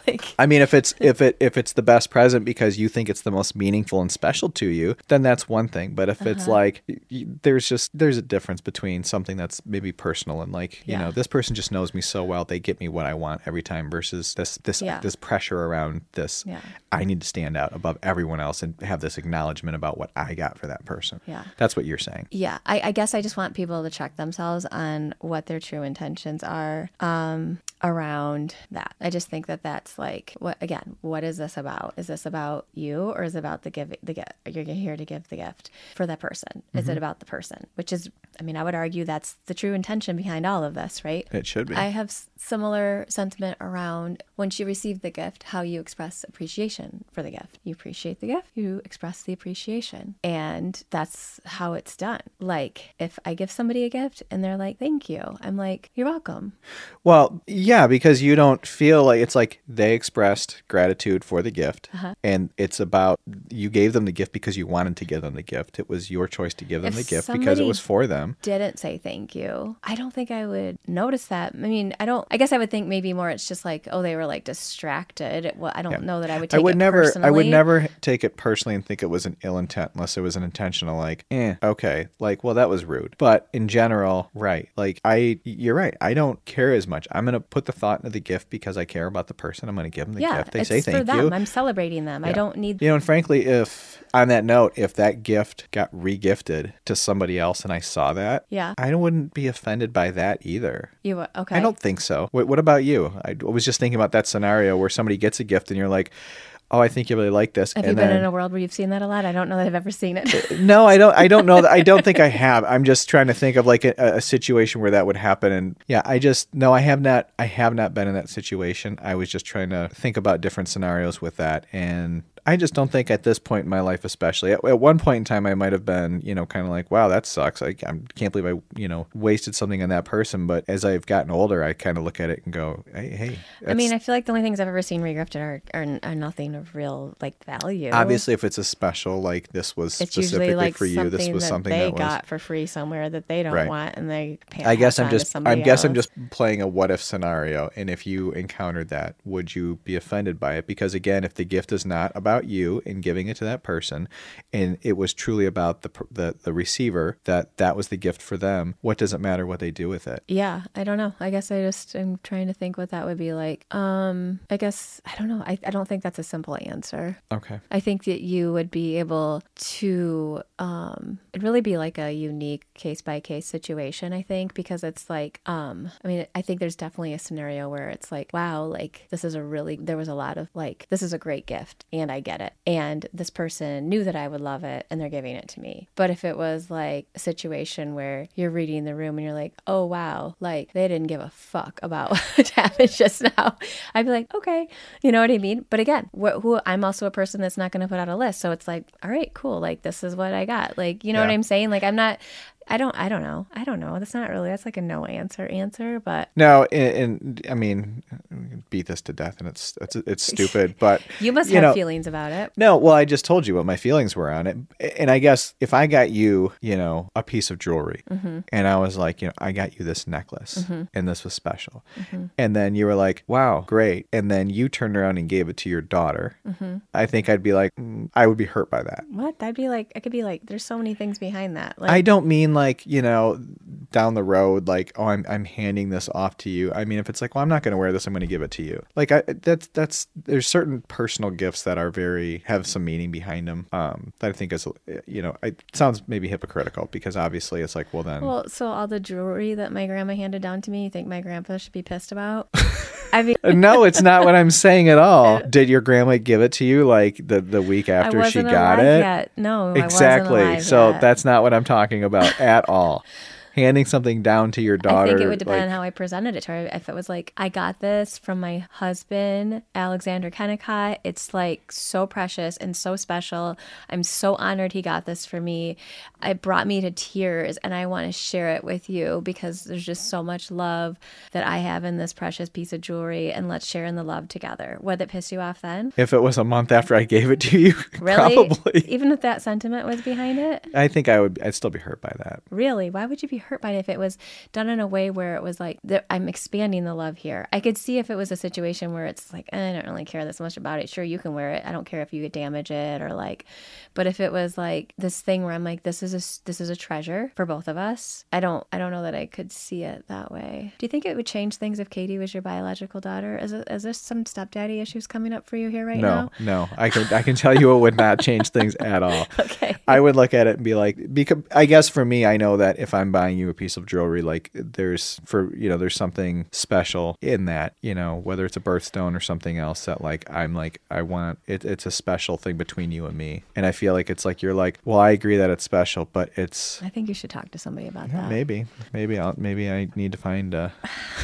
like, I mean, if it's if it if it's the best present because you think it's the most meaningful and special to you, then that's one thing. But if Uh-huh. it's like y- y- there's just there's a difference between something that's maybe personal and like you Yeah. know this person just knows me so well they get me what I want every time versus this this Yeah. this pressure around this. Yeah. I need to stand out above everyone else and have this acknowledgement about what I got for that person. Yeah. that's what you're saying. yeah, I, I guess I just want people to check themselves on what their true intentions are um, around that. I just think that that's like, what again? What is this about? Is this about you, or is it about the give the gift? You're here to give the gift for that person. Is it about the person? Which is, I mean, I would argue that's the true intention behind all of this, right? It should be. I have s- similar sentiment around once you receive the gift, how you express appreciation for the gift. You appreciate the gift, you express the appreciation. And that's how it's done. Like, if I give somebody a gift and they're like, thank you, I'm like, you're welcome. Well, yeah, because you don't feel like it's like they expressed gratitude for the gift, Uh-huh. and it's about you gave them the gift because you wanted to give them the gift. It was your choice to give them If the gift because it somebody- was for them. Didn't say thank you. I don't think I would notice that. I mean, I don't, I guess I would think maybe more it's just like, oh, they were like distracted. Well, I don't know that I would take I would it never, I would personally. never take it personally and think it was an ill intent unless it was an intentional, like, eh, okay, like, well, that was rude. But in general, right? Like, I, you're right. I don't care as much. I'm gonna put the thought into the gift because I care about the person. I'm gonna give them the Yeah, gift. They it's say for thank them. you. I'm celebrating them. I don't need You know, and frankly, if on that note, if that gift got regifted to somebody else and I saw that, Yeah. I wouldn't be offended by that either. you. Okay. I don't think so. Wait, what about you? I d- was just thinking about that scenario where somebody gets a gift and you're like, "Oh, I think you really like this." Have and you been in a world where you've seen that a lot? I don't know that I've ever seen it. no, I don't. I don't know. That, I don't think I have. I'm just trying to think of like a, a situation where that would happen. And yeah, I just no. I have not. I have not been in that situation. I was just trying to think about different scenarios with that. And I just don't think at this point in my life, especially at, at one point in time, I might have been you know kind of like, wow, that sucks. I, I can't believe I you know wasted something on that person. But as I've gotten older, I kind of look at it and go, hey, hey. I mean, that's- I feel like the only things I've ever seen regifted are, are are nothing of real like value. obviously, if it's a special like this was it's specifically usually like for you, this something was that something they that was. got for free somewhere that they don't Right. want, and they. pa- I guess pass I'm on to just I somebody guess I'm else. just playing a what if scenario and if you encountered that would you be offended by it because again if the gift is not about you and giving it to that person and it was truly about the per- the, the receiver that that was the gift for them what does it matter what they do with it Yeah, I don't know. I guess I just am trying to think what that would be like. Um, I guess I don't know. I, I don't think that's a simple answer. okay I think that you would be able to, um, it'd really be like a unique case by case situation, I think, because it's like, um, I mean, I think there's definitely a scenario where it's like, wow, like this is a really, there was a lot of like, this is a great gift and I get it. And this person knew that I would love it and they're giving it to me. But if it was like a situation where you're reading the room and you're like, oh, wow, like they didn't give a fuck about what happened just now, I'd be like, okay, you know what I mean? But again, wh- who I'm also a person that's not going to put out a list. So it's like, all right, cool. Like this is what I got. Like, you know what Yeah. I'm saying? Like I'm not I don't. I don't know. I don't know. That's not really. That's like a no answer answer. But No, and, and I mean, we can beat this to death, and it's it's it's stupid, but you must have know, feelings about it. No, well, I just told you what my feelings were on it, and I guess if I got you, you know, a piece of jewelry, and I was like, you know, I got you this necklace, and this was special, and then you were like, wow, great, and then you turned around and gave it to your daughter, I think I'd be like, mm, I would be hurt by that. What? That'd be like. I could be like. There's so many things behind that. Like I don't mean like, you know, down the road, like, oh, I'm, I'm handing this off to you. I mean, if it's like, well, I'm not going to wear this, I'm going to give it to you. Like, I, that's, that's, there's certain personal gifts that are very, have some meaning behind them. Um, that I think is, you know, it sounds maybe hypocritical because obviously it's like, well, then, Well, so all the jewelry that my grandma handed down to me, you think my grandpa should be pissed about? I mean, Uh, no, it's not what I'm saying at all. Did your grandma give it to you like the, the week I after wasn't she got alive it? yet. No, I wasn't Exactly. alive So yet. that's not what I'm talking about at all. Handing something down to your I daughter. think it would depend like- on how I presented it to her. If it was like, I got this from my husband, Alexander Kennicott. It's like so precious and so special. I'm so honored he got this for me. It brought me to tears, and I want to share it with you because there's just so much love that I have in this precious piece of jewelry, and let's share in the love together. Would it piss you off then? If it was a month after I gave it to you, Really? probably. Even if that sentiment was behind it? I think I would. I'd still be hurt by that. Really? Why would you be hurt by it if it was done in a way where it was like, th- I'm expanding the love here? I could see if it was a situation where it's like, eh, I don't really care this much about it. Sure, you can wear it. I don't care if you damage it or like, but if it was like this thing where I'm like, this is a, s- this is a treasure for both of us, I don't, I don't know that I could see it that way. Do you think it would change things if Katie was your biological daughter? Is, it, is there some stepdaddy issues coming up for you here right now? No, no. I can. I can tell you, it would not change things at all. Okay. I would look at it and be like, because I guess for me, I know that if I'm buying you a piece of jewelry, like there's for you know, there's something special in that, you know, whether it's a birthstone or something else that like I'm like I want it. It's a special thing between you and me, and I feel like it's like you're like, well, I agree that it's special, but it's I think you should talk to somebody about that. Maybe, maybe I'll, maybe I need to find a,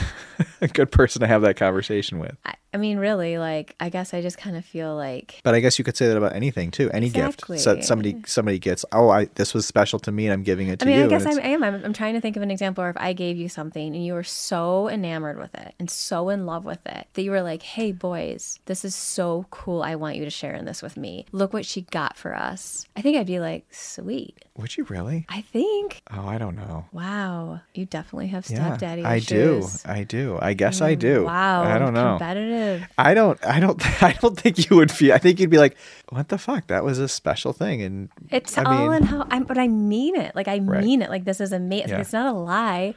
a good person to have that conversation with. I, I mean, really, like, I guess I just kind of feel like But I guess you could say that about anything too. Any gift, so Exactly. somebody somebody gets. Oh, I this was special to me, and I'm giving it to I mean, you. I guess and I'm, it's- I am. I'm, I'm trying to think of an example where if I gave you something and you were so enamored with it and so in love with it that you were like, hey, boys, this is so cool. I want you to share in this with me. Look what she got for us. I think I'd be like, sweet. Would you really? I think. Oh, I don't know. Wow. You definitely have Yeah, stepdaddy I do. issues. Mm, I do. I guess I do. Wow. I don't know. Competitive. I don't. I don't. I don't think you would feel. I think you'd be like, "What the fuck? That was a special thing." And It's I all mean- in how I'm, but I mean it. Like I mean it. Like this is amazing. Yeah. It's not a lie.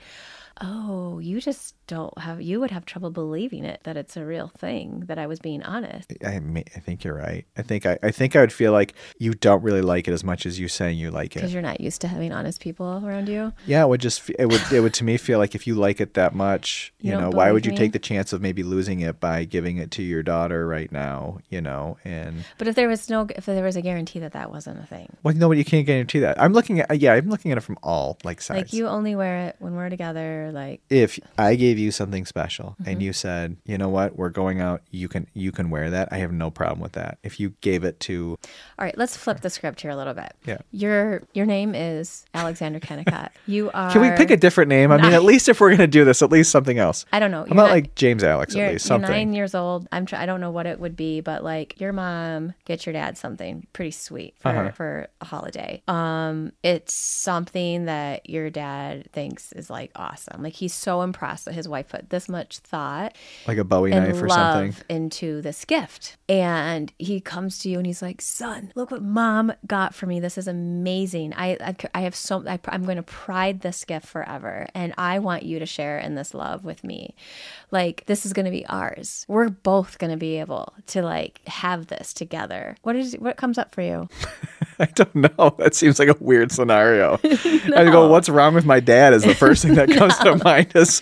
Oh, you just don't have. You would have trouble believing it that it's a real thing. That I was being honest. I, mean, I think you're right. I think I, I think I would feel like you don't really like it as much as you saying you like it. Because you're not used to having honest people around you. Yeah, it would just fe- it would it would to me feel like if you like it that much, You you, don't know, why would you believe me? take the chance of maybe losing it by giving it to your daughter right now, you know? And But if there was no, if there was a guarantee that that wasn't a thing, well, no, but you can't guarantee that. I'm looking at yeah, I'm looking at it from all like sides. like you only wear it when we're together. Like if I gave you something special Mm-hmm. and you said, "You know what? We're going out. You can you can wear that. I have no problem with that." If you gave it to All right, let's flip the script here a little bit. Yeah. Your your name is Alexander Kennicott. You are. Can we pick a different name? I mean, at least if we're going to do this, at least something else. I don't know. How about like James Alex you're, at least you're something. nine years old. I'm try- I don't know what it would be, but like your mom get your dad something pretty sweet for, for a holiday. Um, it's something that your dad thinks is like awesome. Like he's so impressed that his wife put this much thought like a Bowie and knife or love something. into this gift. And he comes to you and he's like, "Son, look what mom got for me. This is amazing. I I, c- I have so I, pr- I'm going to pride this gift forever, and I want you to share in this love with me. Like this is going to be ours. We're both going to be able to like have this together. What is what comes up for you? I don't know. That seems like a weird scenario. I go, what's wrong with my dad? Is the first thing that comes to mind. Is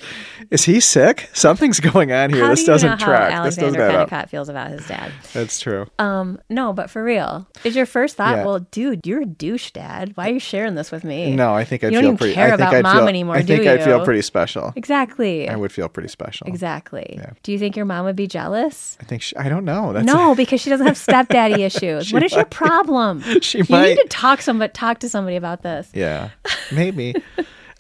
is he sick? Something's going on here. How this do you doesn't know track. how this doesn't Alexander add up. Kennicott feels about his dad? That's true. Um, no, but for real, is your first thought, Yeah. well, dude, you're a douche dad. Why are you sharing this with me? no, I think I you don't feel even pretty. care I think about I'd mom feel, anymore, I think do I'd feel you? pretty special. Exactly. I would feel pretty special. Exactly. Do you think your mom would be jealous? I think she, I don't know. That's No, because she doesn't have stepdaddy issues. What is your problem? she we You might. need to talk some, talk to somebody about this. Yeah, maybe.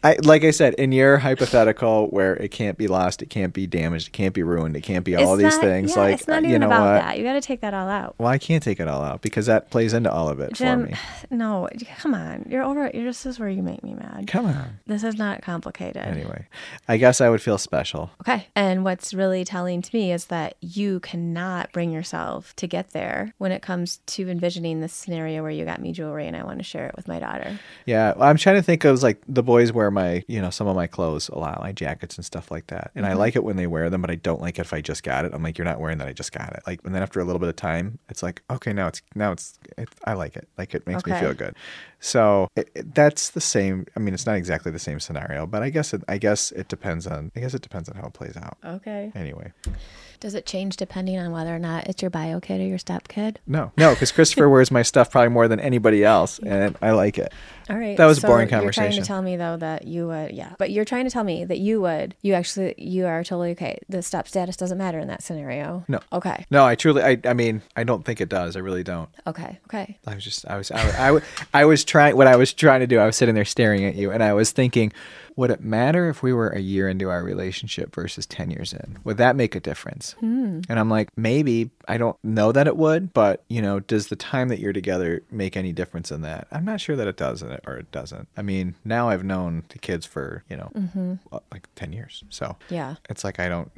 I like I said in your hypothetical where it can't be lost, it can't be damaged, it can't be ruined, it can't be all It's these not- things. yeah, like it's not uh, even you know about what? that. You got to take that all out. Well, I can't take it all out because that plays into all of it for Jim, me. Um, no, come on. You're over. You're, this is where you make me mad. Come on. This is not complicated. Anyway, I guess I would feel special. Okay. And what's really telling to me is that you cannot bring yourself to get there when it comes to envisioning this scenario where you got me jewelry and I want to share it with my daughter. Yeah, well, I'm trying to think of like the boys wear my, you know, some of my clothes a lot, my jackets and stuff like that. Mm-hmm. And I like it when they wear them, but I don't like it if I just got it. I'm like, you're not wearing that. I just got it. Like, and then after a little bit of time, it's like, okay, now it's now it's it, I like it. Like it makes me Okay. feel good. So it, it- that's the same. I mean, it's not exactly the same scenario, but I guess it, I guess it depends on I guess it depends on how it plays out. Okay. Anyway, Does it change depending on whether or not it's your bio kid or your step kid? no, no, because Christopher wears my stuff probably more than anybody else, and I like it. All right. That was a boring You're trying conversation. to tell me though that you would, yeah. But you're trying to tell me that you would, you actually, you are totally okay. The step status doesn't matter in that scenario. No. Okay. No, I truly, I, I mean, I don't think it does. I really don't. Okay. Okay. I was just, I was, I, was- I, was- I was trying, what I was trying to do, I was sitting there staring at you and I was thinking, would it matter if we were a year into our relationship versus 10 years in? Would that make a difference? And I'm like, maybe, I don't know that it would, but you know, does the time that you're together make any difference in that? I'm not sure that it does not or it doesn't. I mean, now I've known the kids for, you know, uh, like 10 years. So Yeah. it's like I don't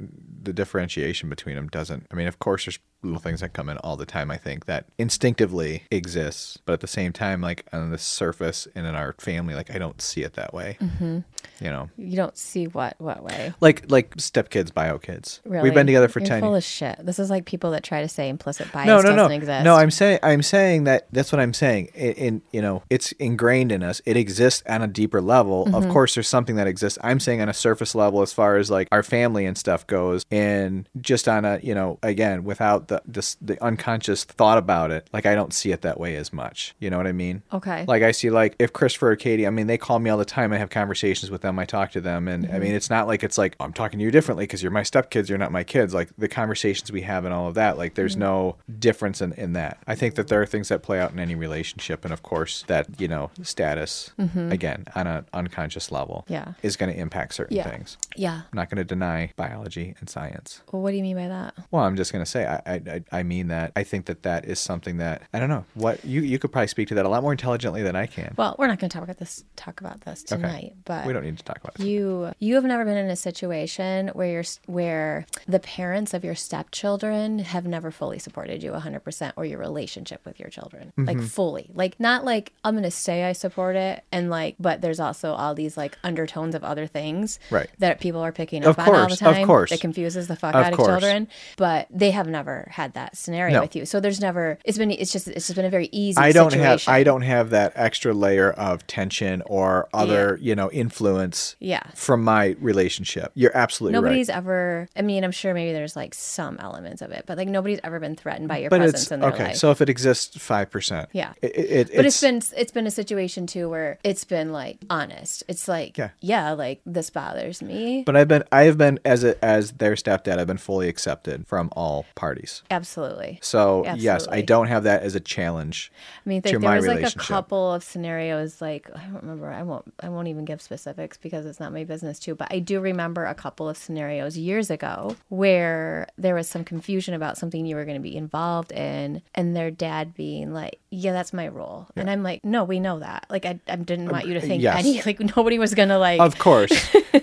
the differentiation between them doesn't. I mean, of course, there's little things that come in all the time. I think that instinctively exists, but at the same time, like on the surface and in our family, like I don't see it that way. Mm-hmm. You know, You don't see what, what way. like like stepkids, bio kids. Really? We've been together for You're ten. full years. of shit. This is like people that try to say implicit bias no, no, doesn't no, exist. no. I'm saying, I'm saying that that's what I'm saying. It, in you know, it's ingrained in us. It exists on a deeper level. Mm-hmm. Of course, there's something that exists. I'm saying on a surface level, as far as like our family and stuff goes, and just on a you know, again, without the this, the unconscious thought about it, like I don't see it that way as much. You know what I mean? Okay. Like I see, like if Christopher or Katie, I mean, they call me all the time. I have conversations with them. I talk to them, and Mm-hmm. I mean, it's not like it's like I'm talking to you differently because you're my stepkids. You're not my kids. Like the conversations we have and all of that. Like Mm-hmm. there's no difference in in that. I think that there are things that play out in any relationship, and of course that you know status again on an unconscious level Mm-hmm. Yeah. is going to impact certain Yeah. things. yeah. I'm not going to deny biology and science. Well, what do you mean by that? Well, I'm just gonna say I, I I I mean that I think that that is something that I don't know what you you could probably speak to that a lot more intelligently than I can. Well, we're not going to talk about this talk about this tonight, but we don't need to talk about it. you you have never been in a situation where you're s- where the parents of your stepchildren have never fully supported you 100% or your relationship with your children like Mm-hmm. fully like not like i'm gonna say i support it and like but there's also all these like undertones of other things Right. that people are picking Of up on all the course, of time course. that confuses the fuck Of out course. of children but they have never had that scenario No. with you so there's never it's been it's just it's just been a very easy I don't have situation. I don't have that extra layer of tension or other you know influence Yeah. from my relationship. You're absolutely Nobody's right. ever. I mean, I'm sure maybe there's like some elements of it, but like nobody's ever been threatened by your But presence it's in their okay. life. So if it exists five percent, Yeah. it, it, but it's been it's been a situation too where it's been like honest. It's like Yeah. yeah, like this bothers me. But I've been I have been as a, as their stepdad. I've been fully accepted from all parties. Absolutely. So yes, I Absolutely. don't have that as a challenge. I mean, to like, my there was like a relationship. couple of scenarios. Like I don't remember. I won't. I won't even give specifics because it's not my business too. But I do remember a couple of scenarios years ago where there was some confusion about something you were going to be involved in, and their dad being like, "Yeah, that's my role," and I'm like, "No, we know that. Like, I, I didn't want you to think yes. any like nobody was going to like." Of course.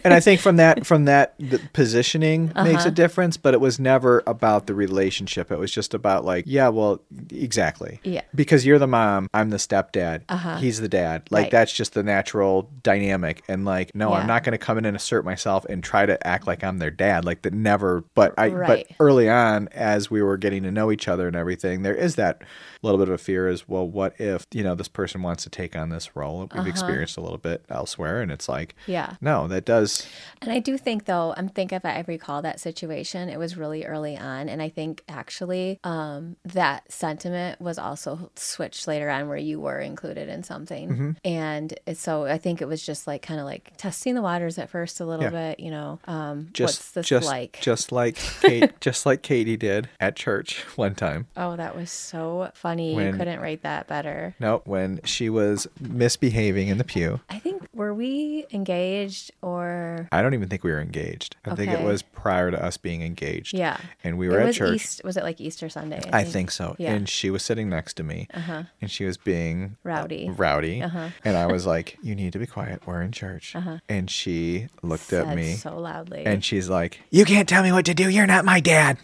and I think from that from that the positioning Uh-huh. makes a difference, but it was never about the relationship. It was just about like, yeah, well, exactly. Yeah. Uh-huh. Because you're the mom, I'm the stepdad. He's the dad. Like Right. that's just the natural dynamic. And like, no, I'm Yeah. not going to come in and assert myself and try to act like I'm their dad. Like that never. But I. Right. But early on, as we were getting to know each other and everything, there is that little bit of a fear as well. What if you Uh-huh. know this person wants to take on this role? We've experienced a little bit elsewhere, and it's like, Yeah. no, that does was. And I do think, though, I'm think if I recall that situation, it was really early on, and I think actually um, that sentiment was also switched later on where you were included in something, Mm-hmm. and so I think it was just like kind of like testing the waters at first a little Yeah. bit, you know, um, just what's this just like? just like Kate, just like Katie did at church one time. oh, that was so funny. you When- couldn't rate that better. No, when she was misbehaving in the pew. I think were we engaged or I don't even think we were engaged. I think Okay. it was prior to us being engaged. yeah. And we were it at was church. East, was it like Easter Sunday? I think so. Yeah. Uh-huh. And she was sitting next to me and she was being Rowdy. Uh-huh. rowdy. And I was like, You need to be quiet. We're in church. And she looked at Said me so loudly. and she's like, You can't tell me what to do. You're not my dad.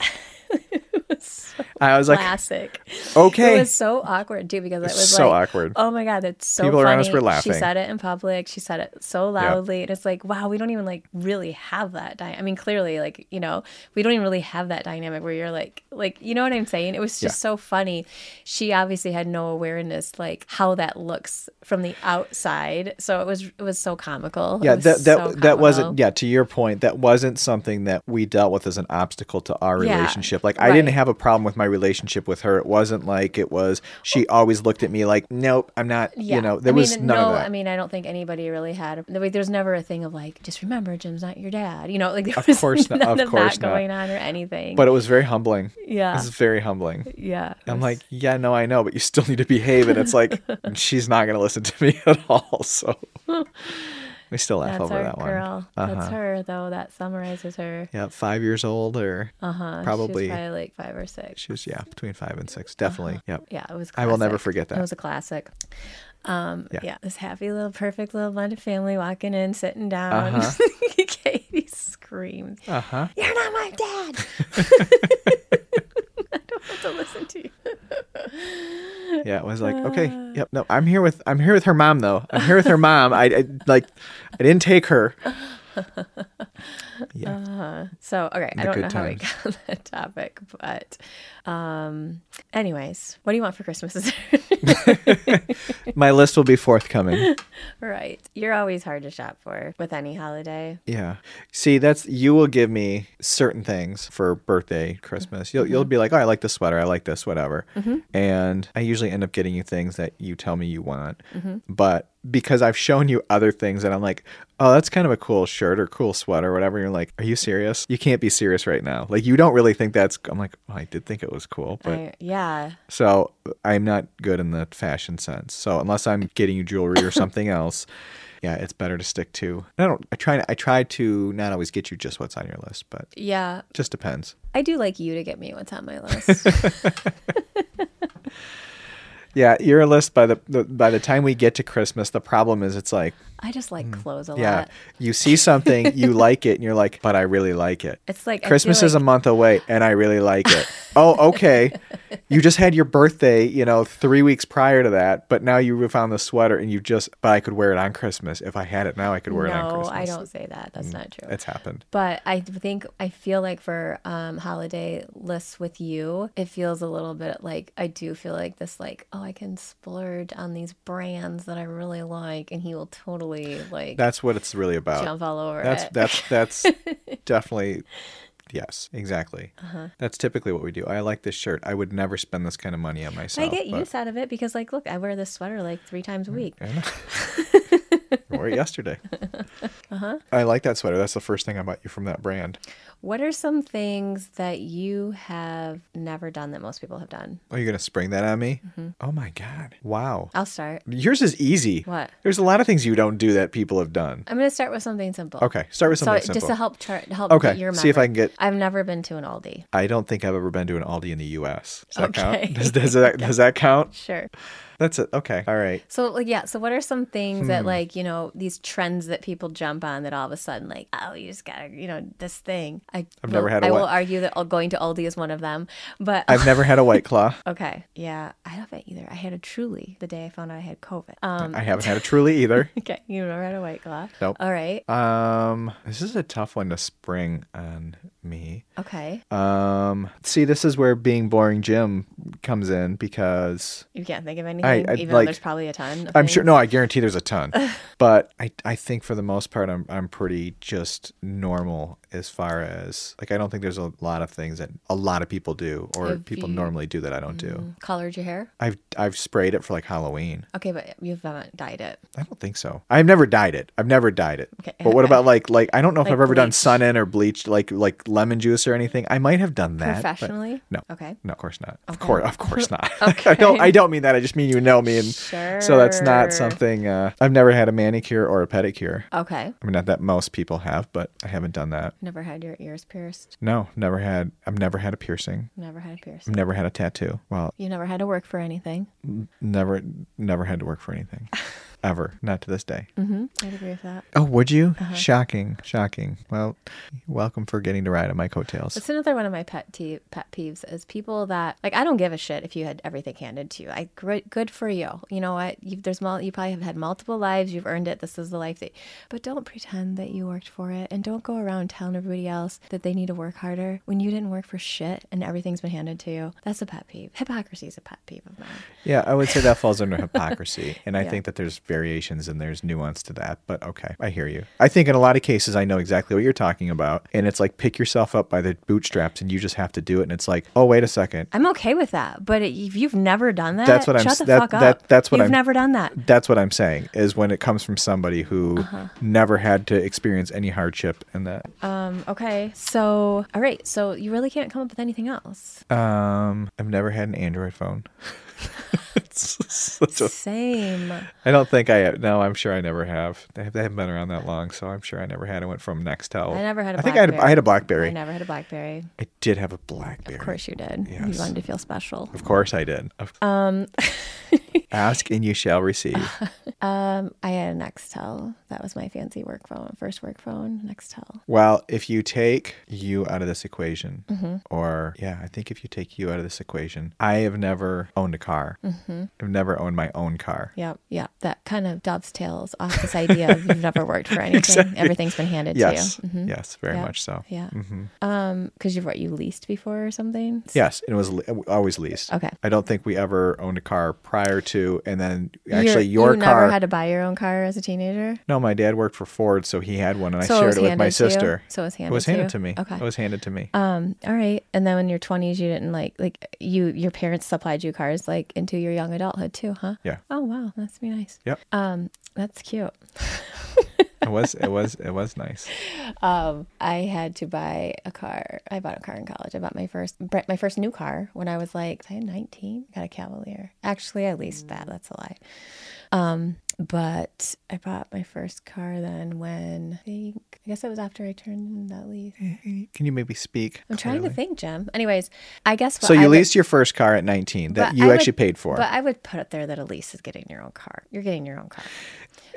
I was like, classic. Okay. It was so awkward too because it was so like, awkward. Oh my god, that's so. People funny. around us were laughing. She said it in public. She said it so loudly, and it's like, wow, we don't even like really have that. Di- I mean, clearly, like you know, we don't even really have that dynamic where you're like, like you know what I'm saying. It was just Yeah. so funny. She obviously had no awareness like how that looks from the outside, so it was it was so comical. It Yeah, was that that so that comical. wasn't yeah, to your point, that wasn't something that we dealt with as an obstacle to our Yeah, relationship. Like I didn't right. have a problem with my relationship with her. It wasn't like it was she always looked at me like, "Nope, I'm not." You know, there I was mean, none no, of that. I mean, I don't think anybody really had. Like, there's never a thing of like, just remember, Jim's not your dad. You know, like there of course not. none Of of course that not. going on or anything. but it was very humbling. Yeah. It was very humbling. yeah, it I'm was- like, "Yeah, no, I know, but you still need to behave." And it's like she's not going to listen to me at all. So we still laugh that's over our that one. Uh-huh. girl. That's her though. That summarizes her. Yeah, 5 years old or Huh, Uh-huh, she's Probably. probably like five Uh-huh. or six. she was yeah, between 5 and 6. Definitely. Yep. Yeah, it was. I will never classic. forget that. It was a classic. Um, Yeah. yeah. this happy little, perfect little blended family walking in, sitting down. Uh-huh. Katie screams, Uh-huh. "You're not my dad." I don't have to listen to you. Yeah, it was like, okay, yep, no, I'm here with I'm here with her mom though. I'm here with her mom. I, I like, I didn't take her. Yeah, So, okay, I The don't good know how we times. got on that topic, but um, anyways, what do you want for Christmas? Is my list will be forthcoming. right. You're always hard to shop for with any holiday. Yeah, see, that's you will give me certain things for birthday, Christmas. You'll you'll be like, oh, I like this sweater, I like this, whatever, and I usually end up getting you things that you tell me you want, but because I've shown you other things and I'm like, oh, that's kind of a cool shirt or cool sweater, or whatever. You're like, are you serious? You can't be serious right now. Like you don't really think that's. I'm like, oh, I did think it was cool, but. I, yeah. So I'm not good in the fashion sense. So unless I'm getting you jewelry or something else, yeah, it's better to stick to. I don't. I try. I try to not always get you just what's on your list, but Yeah. just depends. I do like you to get me what's on my list. Yeah, your list by the, the by the time we get to Christmas, the problem is it's like I just like clothes a Hmm. yeah, lot. you see something, you like it, and you're like, but I really like it. It's like I feel Christmas is a like- month away, and I really like it. oh, okay. You just had your birthday, you know, three weeks prior to that, but now you found the sweater, and you just, but I could wear it on Christmas. If I had it now, I could wear it on No, Christmas. Mm. I don't say that. That's not true. It's happened. But I think I feel like for um, holiday lists with you, it feels a little bit like I do feel like this, like oh, I can splurge on these brands that I really like, and he will totally like That's what it's really about. jump all over that's it. that's that's definitely yes, exactly. Uh-huh. That's typically what we do. I like this shirt. I would never spend this kind of money on myself. I get but- Mm-hmm. use out of it because, like, look, I wear this sweater like three times a week. I wore it yesterday. Uh-huh. I like that sweater. That's the first thing I bought you from that brand. What are some things that you have never done that most people have done? Oh, you're gonna spring that on me? Mm-hmm. Oh my god! Wow. I'll start. Yours is easy. What? There's a lot of things you don't do that people have done. I'm going to start with something simple. Okay, start with So something just to simple. help chart, help Okay, get your see if I memory. can get. I've never been to an Aldi. I don't think I've ever been to an Aldi in the U.S. Does that Okay. count? Does, does that does that count? Sure. That's it. Okay. All right. So like, yeah. So what are some things Hmm. that like you know these trends that people jump on that all of a sudden like oh you just gotta you know this thing. I I've will- never had a I will what? argue that going to Aldi is one of them, but I've never had a White Claw. okay. Yeah, I haven't either. I had a Truly the day I found out I had COVID. Um. I haven't had a Truly either. Okay. You never had a White Claw. Nope. All right. Um, this is a tough one to spring on me. Okay. Um, see, this is where being boring Jim comes in because You can't think of anything, I- even though like- there's probably a ton. Of I'm sure. things. No, I guarantee there's a ton. But I, I think for the most part, I'm, I'm pretty just normal as far as like, I don't think there's a lot of things that a lot of people do or Have people you- Mm-hmm. normally do that I don't do. Colored your hair? I've, I've sprayed it for like Halloween. Okay, but you haven't dyed it. I don't think so. I've never dyed it. I've never dyed it. Okay. But what about like like I don't know if Like I've ever done bleach. sun in or bleached like like lemon juice or anything. I might have done that. but- Professionally? No. Okay. No, of course not. Of course, of course not. I Okay. don't. I don't mean that. I just mean you know me, and so that's not Sure. something. Uh, I've never had a manicure or a pedicure. Okay. I mean, not that most people have, but I haven't done that. Never had your ears pierced. No, never had. I've never had a piercing. Never had a piercing. I've never had a tattoo. Well, You never had to work for anything. never, never had to work for anything, ever. Not to this day. Mm-hmm. I'd agree with that. Oh, would you? Shocking, shocking. Well, welcome for getting to ride on my coattails. That's another one of my pet te- pet peeves is people that like I don't give a shit if you had everything handed to you. I great, good for you. You know what? You've, there's mul- you probably have had multiple lives. You've earned it. This is the life that. But don't pretend that you worked for it, and don't go around telling everybody else that they need to work harder when you didn't work for shit and everything's been handed to you. That's a pet peeve. Hypocrisy is a pet peeve of mine. Yeah, I would say that falls under hypocrisy. And I think that there's variations and there's nuance to that. But okay, I hear you. I think in a lot of cases, I know exactly what you're talking about. And it's like pick yourself up by the bootstraps and you just have to do it. And it's like, oh, wait a second. I'm okay with that, but if you've never done that, That's what I'm shut s- the that- fuck that- up. that's what you've I'm- never done that. That's what I'm saying is when it comes from somebody who Uh-huh. never had to experience any hardship and that. Um, okay, so all right, so you really can't come up with anything else. Um, I've never had an Android phone. It's such a- Same. I don't think I no. I'm sure I never have. They have- they haven't been around that long, so I'm sure I never had. I went from Nextel. I never had a I think I had. a- I Blackberry. had a BlackBerry. I never had a BlackBerry. I did have a BlackBerry. Of course you did. Yes. You wanted to feel special. Of course I did. Of- Ask and you shall receive. Um, I had a Nextel. That was my fancy work phone, first work phone, Nextel. Well, if you take you out of this equation, Mm-hmm. or yeah, I think if you take you out of this equation, I have never owned a car. Mm-hmm. I've never owned my own car. Yep, yep. That kind of dovetails off this idea of you've never worked for anything. Everything's been handed Yes, Mm-hmm. to you. Mm-hmm. yes, very Yeah. much so. Yeah. Um, because you've what you leased before or something. Yes, it was le- always leased. Okay. I don't think we ever owned a car prior to, and then You're- actually your you car. never had to buy your own car as a teenager. No, my dad worked for Ford, so he had one, and So I it shared was it, with my handed to you? sister. So it was It was handed to handed you? to me. Okay. It was handed to me. Um, all right. And then when you're 20s, you didn't like like you your parents supplied you cars like into your young adulthood too, huh? Yeah. Oh wow, that's be nice. Yep. Um, that's cute. it was. It was. It was nice. Um, I had to buy a car. I bought a car in college. I bought my first br- my first new car when I was like I had 19. Got a Cavalier. Actually, I leased that. That's a lie. Um, but I bought my first car then when I think I guess it was after I turned in that lease. Can you maybe speak? I'm trying to think, Jim. Anyways, I guess what So I you would- leased your first car at 19 that But you I actually would- paid for. But I would put up there that a lease is getting your own car. You're getting your own car.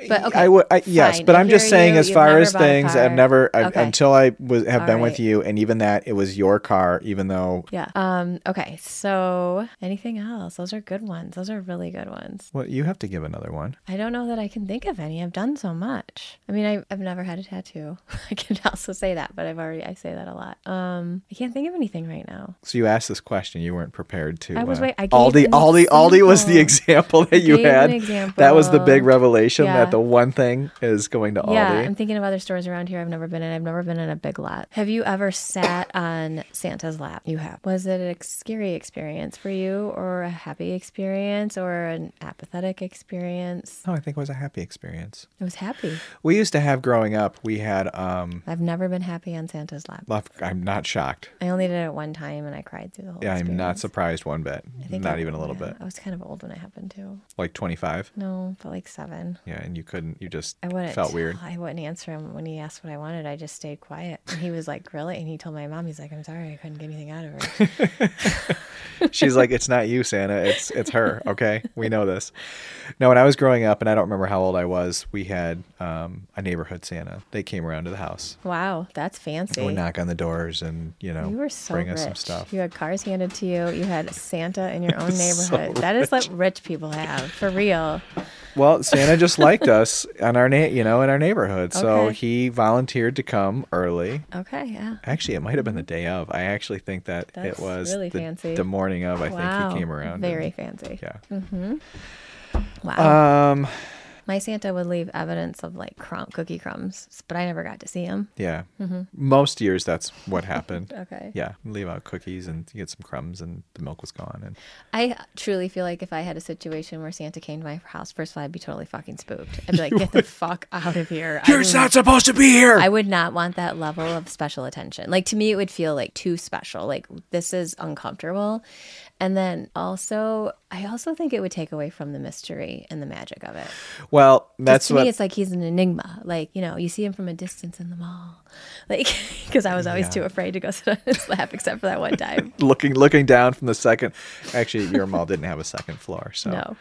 But okay, I would, I, yes, fine. but I I'm just hear saying, you. as You've far never as bought a things, I've car. never I, Okay. until I was have All been with right. you, and even that it was your car, even though. Yeah. Um. Okay. So anything else? Those are good ones. Those are really good ones. Well, you have to give another one. I don't know that I can think of any. I've done so much. I mean, I, I've never had a tattoo. I can also say that, but I've already I say that a lot. Um, I can't think of anything right now. So you asked this question, you weren't prepared to. I was uh, wait- I gave Aldi, an Aldi, Aldi was the example that you gave had. an That was the big example. revelation Yeah. that the one thing is going to Yeah, Aldi. I'm thinking of other stores around here I've never been in. I've never been in a big lot. Have you ever sat on Santa's lap? You have. Was it a scary experience for you, or a happy experience, or an apathetic experience? No, Oh, I think it was a happy experience. It was happy. We used to have growing up. We had um. I've never been happy on Santa's lap. left- I'm not shocked. I only did it one time, and I cried through the whole. Yeah, I'm not experience. surprised one bit. I think Not I- even a little yeah, bit. I was kind of old when it happened too. Like 25. No, but like seven. Yeah, and you couldn't. You just I wouldn't felt weird. I wouldn't answer him when he asked what I wanted. I just stayed quiet. And he was like, "Really?" And he told my mom, "He's like, I'm sorry, I couldn't get anything out of her." She's like, "It's not you, Santa. It's it's her." Okay, we know this. No, when I was growing up, and I don't remember how old I was, we had um, a neighborhood Santa. They came around to the house. Wow, that's fancy. and would knock on the doors and you know you were so bring rich. us some stuff. You had cars handed to you. You had Santa in your own So neighborhood. that is what rich people have, for real. Well, Santa just liked us on our na- you know in our neighborhood, so Okay. he volunteered to come early. Okay, yeah. Actually, it might have been the day of. I actually think that That's it was really the, fancy. the morning of. I wow. think he came around. and- Very fancy. yeah. Wow. Um, My Santa would leave evidence of like crumb, cookie crumbs, but I never got to see him. Yeah. Most years that's what happened. Mm-hmm. Okay. Yeah. Leave out cookies and you get some crumbs and the milk was gone and I truly feel like if I had a situation where Santa came to my house, first of all, I'd be totally fucking spooked. I'd be like, get the fuck out of here. I do not supposed to be here. I would not want that level of special attention. Like to me, it would feel like too special. Like this is uncomfortable. And then also, I also think it would take away from the mystery and the magic of it. 'Cause well, that's to what me, it's like he's an enigma. Like you know, you see him from a distance in the mall. Like because I was always too afraid to go sit on his lap, except for that one time. looking looking down from the second actually your mall didn't have a second floor, so No.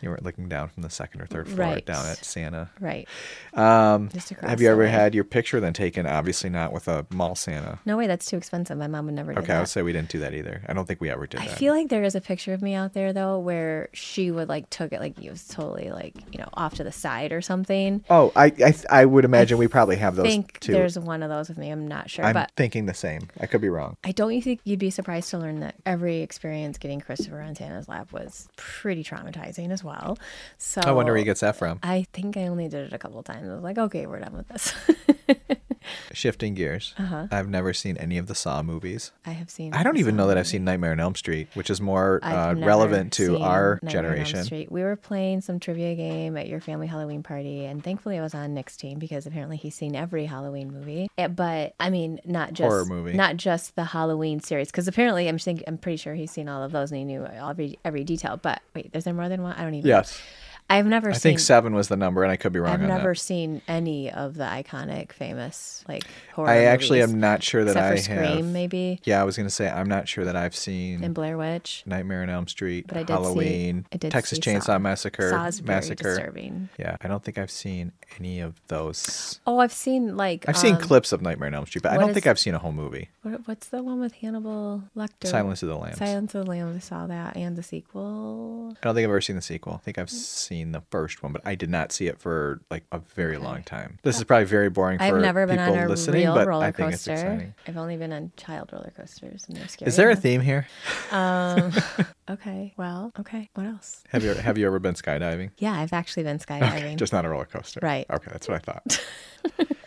you weren't looking down from the second or third floor Right. down at Santa. Right. Um, Just across Have you the ever way. had your picture then taken? Obviously not with a mall Santa. No way, that's too expensive. My mom would never. do Okay, I that. would say we didn't do that either. I don't think we ever did I that. feel like there is a picture of me out there though where she would like took it like it was totally like you know off to the side or something. oh, I, I I would imagine we probably have I those think too. there's one of those with me. I'm not sure, I'm but thinking the same. I could be wrong. I don't you think you'd be surprised to learn that every experience getting Christopher on Santa's lap was pretty traumatizing as well. So I wonder where he gets that from. Oh. I think I only did it a couple times. I was like, okay, we're done with this. Shifting gears. I've never seen any of the Saw movies. Uh-huh. I have seen. I don't even know that I've seen Nightmare on Elm Street, which is more uh, I've never relevant to seen our Nightmare on Elm generation. Street. We were playing some trivia game at your family Halloween party, and thankfully I was on Nick's team because apparently he's seen every Halloween movie. Eh, But I mean, not just Horror movie. not just the Halloween series, because apparently I'm think, I'm pretty sure he's seen all of those and he knew every every detail. But wait, is there more than one? I don't even. Yes. I've never I seen. think seven was the number, and I could be wrong I've on never that. seen any of the iconic, famous like horror. I actually movies, am not sure that except I for have. Scream, maybe, Yeah, I was gonna say I'm not sure that I've seen and Blair Witch. Nightmare on Elm Street, But I did see- Halloween, I did Texas see Chainsaw Saw. Massacre, Saw is very Massacre. disturbing. Yeah, I don't think I've seen any of those. Oh, I've seen like I've seen um, clips of Nightmare on Elm Street, but I what don't is- think I've seen a whole movie. What, what's the one with Hannibal Lecter? Silence of the Lambs. Silence of the Lambs. I saw that and the sequel. I don't think I've ever seen the sequel. I think I've seen the first one, but I did not see it for like a very long time. This is probably very boring for I've never been people on a listening, real but I roller think it's coaster. exciting. I've only been on child roller coasters, and they're scary. Is there a enough. theme here? Okay. Well. Okay. What else? Have you have you ever been skydiving? Yeah, I've actually been skydiving. Just not a roller coaster. Right. Okay, that's what I thought.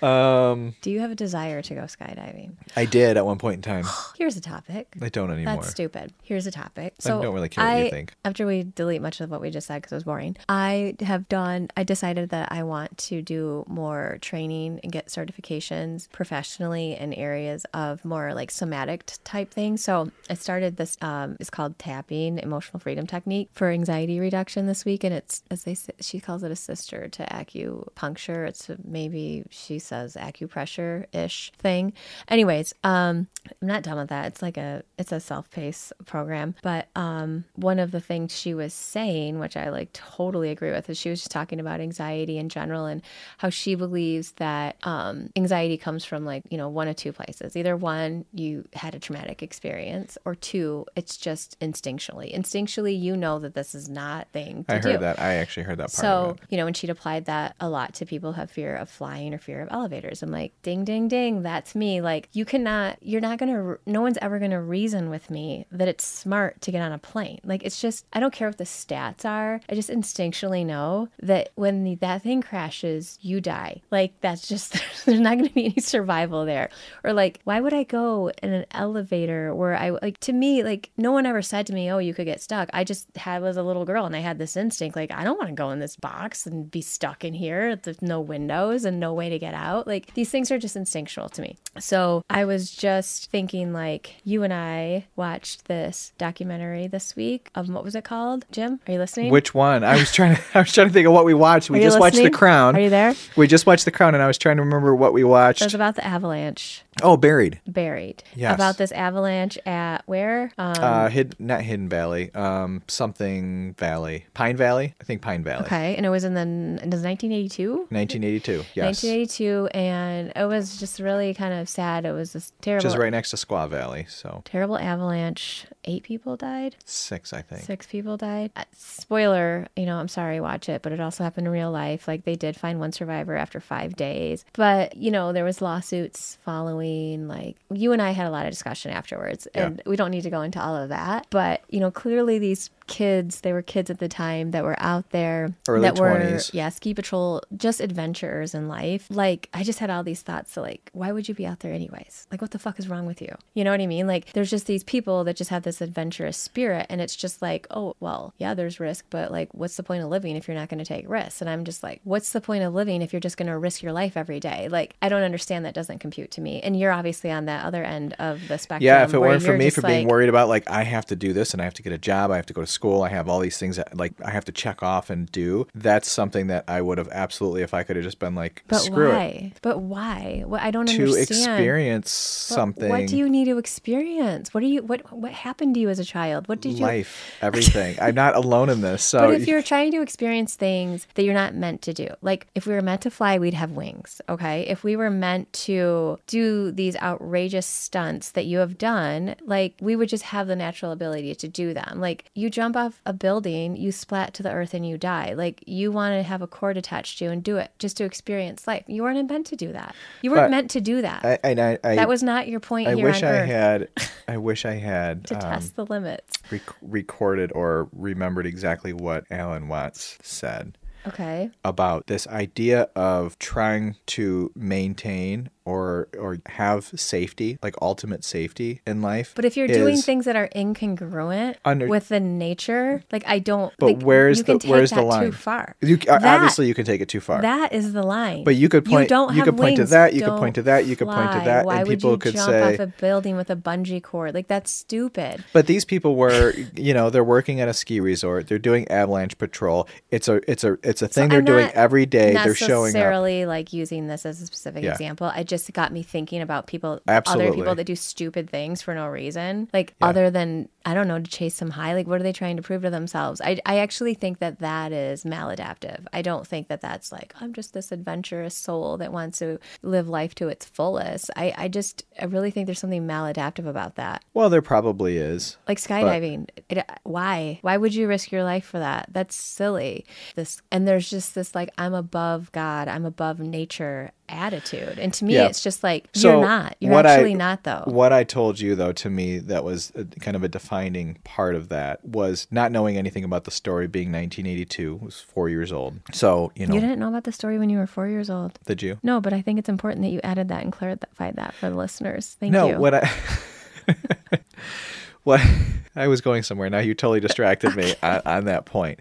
um, Do you have a desire to go skydiving? I did at one point in time. Here's a topic. I don't anymore. That's stupid. Here's a topic. So don't really care what you I- think. After we delete much of what we just said because it was boring, I have done. I decided that I want to do more training and get certifications professionally in areas of more like somatic t- type things. So I started this. Um, it's called tapping emotional freedom technique for anxiety reduction this week, and it's as they say, she calls it a sister to acupuncture. It's maybe she says acupressure ish thing. Anyways, um, I'm not done with that. It's like a it's a self-paced program. But um one of the things she was saying, which I like totally agree with, is she was just talking about anxiety in general and how she believes that um anxiety comes from like, you know, one of two places. Either one, you had a traumatic experience, or two, it's just instinctually. Instinctually you know that this is not thing to I heard do. that. I actually heard that part So, of it. you know, and she'd applied that a lot to people who have fear of flying or fear of elevators. I'm like, ding, ding, ding, that's me. Like, you cannot, you're not going to, no one's ever going to reason with me that it's smart to get on a plane. Like, it's just, I don't care what the stats are. I just instinctually know that when the, that thing crashes, you die. Like, that's just, there's not going to be any survival there. Or, like, why would I go in an elevator where I, like, to me, like, no one ever said to me, oh, you could get stuck. I just had, was a little girl and I had this instinct, like, I don't want to go in this box and be stuck in here. There's no windows and no way to get out. Like, these things are just instinctual to me. So I was just thinking, like, you and I watched this documentary this week of what was it called? Jim, are you listening? Which one? I was trying to. I was trying to think of what we watched. We Are you just watched The listening? Crown. Are you there? It We just watched The Crown, and I was trying to remember what we was watched. about the avalanche Oh, Buried. buried. Yes. About this avalanche at where? Um, Uh, hid, not Hidden Valley. Um, something Valley. Pine Valley. I think Pine Valley. okay. And it was in the, it was 1982? 1982. Yes. 1982, and it was just really kind of sad. It was this terrible, Which is right next to Squaw Valley. So terrible avalanche. Eight people died. six, I think. Six people died. Uh, Spoiler, you know, I'm sorry, watch it, but it also happened in real life. Like they did find one survivor after five days, but you know, there was lawsuits following. Like you and I had a lot of discussion afterwards, and we don't need to go into all of that. But you know, clearly these kids. They were kids at the time that were out there Early that were 20s. yeah ski patrol, just adventurers in life. Like I just had all these thoughts to like, why would you be out there anyways? Like what the fuck is wrong with you? You know what I mean? Like there's just these people that just have this adventurous spirit, and it's just like, oh well, yeah, there's risk, but like, what's the point of living if you're not going to take risks? And I'm just like, what's the point of living if you're just going to risk your life every day? Like I don't understand. That doesn't compute to me. And you're obviously on that other end of the spectrum. Yeah, if it um, where weren't for you're me just for like- being worried about like I have to do this and I have to get a job, I have to go to school, I have all these things that like I have to check off and do. That's something that I would have absolutely if I could have just been like But screw why? it But why? What I don't to understand. experience But something What do you need to experience? What do you what what happened to you as a child? What did you life, Oh, everything. I'm not alone in this. So But if you're trying to experience things that you're not meant to do, like if we were meant to fly, we'd have wings, okay? If we were meant to do these outrageous stunts that you have done, like we would just have the natural ability to do them. Like you jump off a building, you splat to the earth and you die. Like you want to have a cord attached to you and do it just to experience life. You weren't meant to do that. You weren't But meant to do that. I, and I, I, that was not your point I here wish on I earth had I wish I had to um, test the limits. rec- recorded or remembered exactly what Alan Watts said. Okay. about this idea of trying to maintain or or have safety, like ultimate safety in life. But if you're doing is- things that are incongruent Under- with the nature, like I don't. But like, where's you can the- take where's the that Too line? far. you c- uh, That- obviously you can take it too far. That is the line. but you could point. You, don't have could point to wings, that. You could don't point to that. You could point to fly. that. Why and would people you could jump say, off a building with a bungee cord? Like that's stupid. But these people were, you know, they're working at a ski resort. They're doing avalanche patrol. It's a, it's a, it's a thing they're I'm doing not every day. They're showing up. necessarily like using this as a specific Yeah. example. It just got me thinking about people, other Absolutely. people that do stupid things for no reason, like other than I don't know to chase some high. Like, what are they trying to prove to themselves? I I actually think that that is maladaptive. I don't think that that's like I'm just this adventurous soul that wants to live life to its fullest. I I just I really think there's something maladaptive about that. Well, there probably is. Like skydiving, it, why? Why would you risk your life for that? That's silly. This and there's just this like I'm above God, I'm above nature attitude, and to me, Yeah. it's just like So, you're not. You're what I- actually not though. What I told you, though, to me, that was a, kind of a defining part of that was not knowing anything about the story. Being 1982, I was four years old. So you know you didn't know about the story when you were four years old. the Jew. No, but I think it's important that you added that and clarified that for the listeners. Thank No, you. what I what I was going somewhere. Now you totally distracted me on, on that point.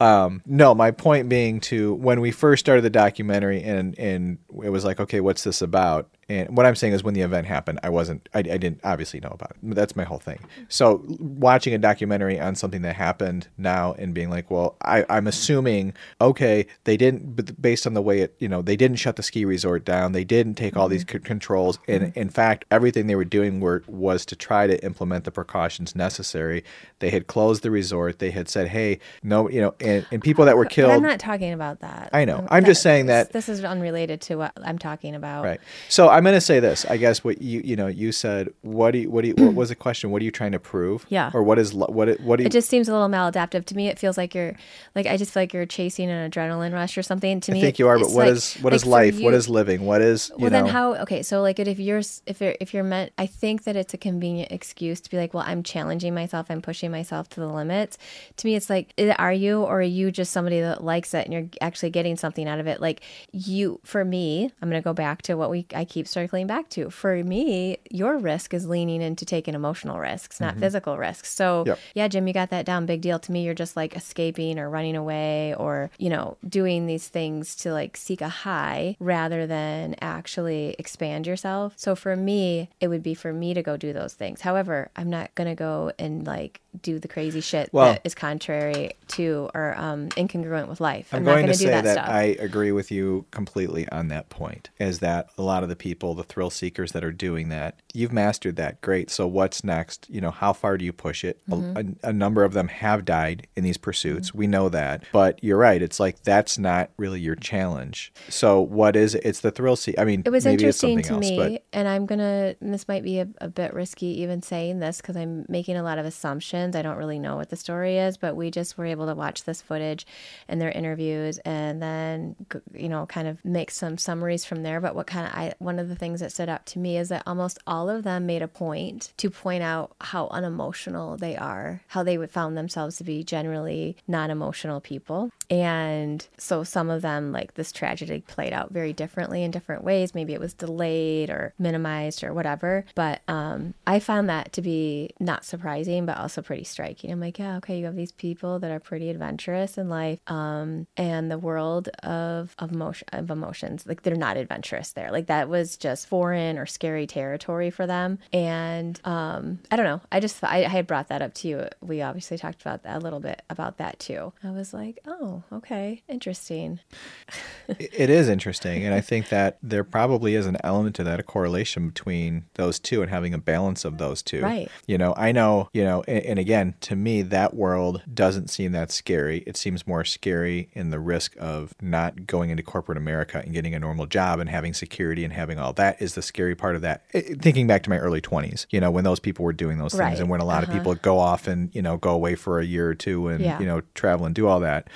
Um, no, my point being to when we first started the documentary and and it was like, okay, what's this about? And what I'm saying is, when the event happened, I wasn't, I, I didn't obviously know about it. That's my whole thing. So watching a documentary on something that happened now and being like, well, I, I'm assuming, okay, they didn't, but based on the way it, you know, they didn't shut the ski resort down, they didn't take all Mm-hmm. these c- controls, and in fact, everything they were doing were was to try to implement the precautions necessary. They had closed the resort. They had said, hey, no, you know, and, and people that were But I'm killed. not talking about that. I know. I'm just saying this- that- this is unrelated to what I'm talking about. Right. So I'm going to say this. I guess what you you know you said. What do you what do you, what was the question? What are you trying to prove? Yeah. Or what is lo- what it- what do you? it just seems a little maladaptive to me it feels like you're like i just feel like you're chasing an adrenaline rush or something to I me think you are. But it's what like- is what like is for life? what you- is living? What is you well know? then how okay so like if you're s- if you're if you're meant i think that it's a convenient excuse to be like well i'm challenging myself i'm pushing myself to the limits to me it's like i- are you or are you just somebody that likes it and you're actually getting something out of it like you for me i'm going to go back to what we i keep circling back to for me your risk is leaning into taking emotional risks not physical risks so Mm-hmm. Yep. yeah jim you got that down big deal to me you're just like escaping or running away or you know doing these things to like seek a high rather than actually expand yourself so for me it would be for me to go do those things however i'm not gonna go and like do the crazy shit Well- that is contrary to or um incongruent with life i'm, I'm not going gonna to do say that, that, stuff I agree with you completely on that point. Is that a lot of the people, the thrill seekers that are doing that, you've mastered that. Great. So what's next? You know, how far do you push it? A- Mm-hmm. A, a number of them have died in these pursuits. We know that. But you're right. It's like that's not really your challenge. So what is it? It's the thrill seek. I mean, It was maybe it's interesting something to else, me, but and I'm gonna. And this might be a, a bit risky, even saying this, because I'm making a lot of assumptions. I don't really know what the story is, but we just were able to watch this footage and their interviews, and then g- you know, kind of make some summaries from there. But what kind of I one of of the things that stood out to me is that almost all of them made a point to point out how unemotional they are, how they would found themselves to be generally non-emotional people. And so some of them like this tragedy played out very differently in different ways. Maybe it was delayed or minimized or whatever. But um, I found that to be not surprising, but also pretty striking. I'm like, yeah, okay, you have these people that are pretty adventurous in life, um, and the world of of, emotion, of emotions, like they're not adventurous there. Like that was just foreign or scary territory for them. And um, I don't know. I just I, I had brought that up to you. We obviously talked about that a little bit about that too. I was like, oh, okay, interesting. it is interesting and i think that there probably is an element to that a correlation between those two and having a balance of those two Right. you know i know you know and, and again to me that world doesn't seem that scary it seems more scary in the risk of not going into corporate america and getting a normal job and having security and having all that is the scary part of that I- I- thinking back to my early 20s you know when those people were doing those things Right. Uh-huh. and when a lot of people go off and you know go away for a year or two and Yeah. you know travel and do all that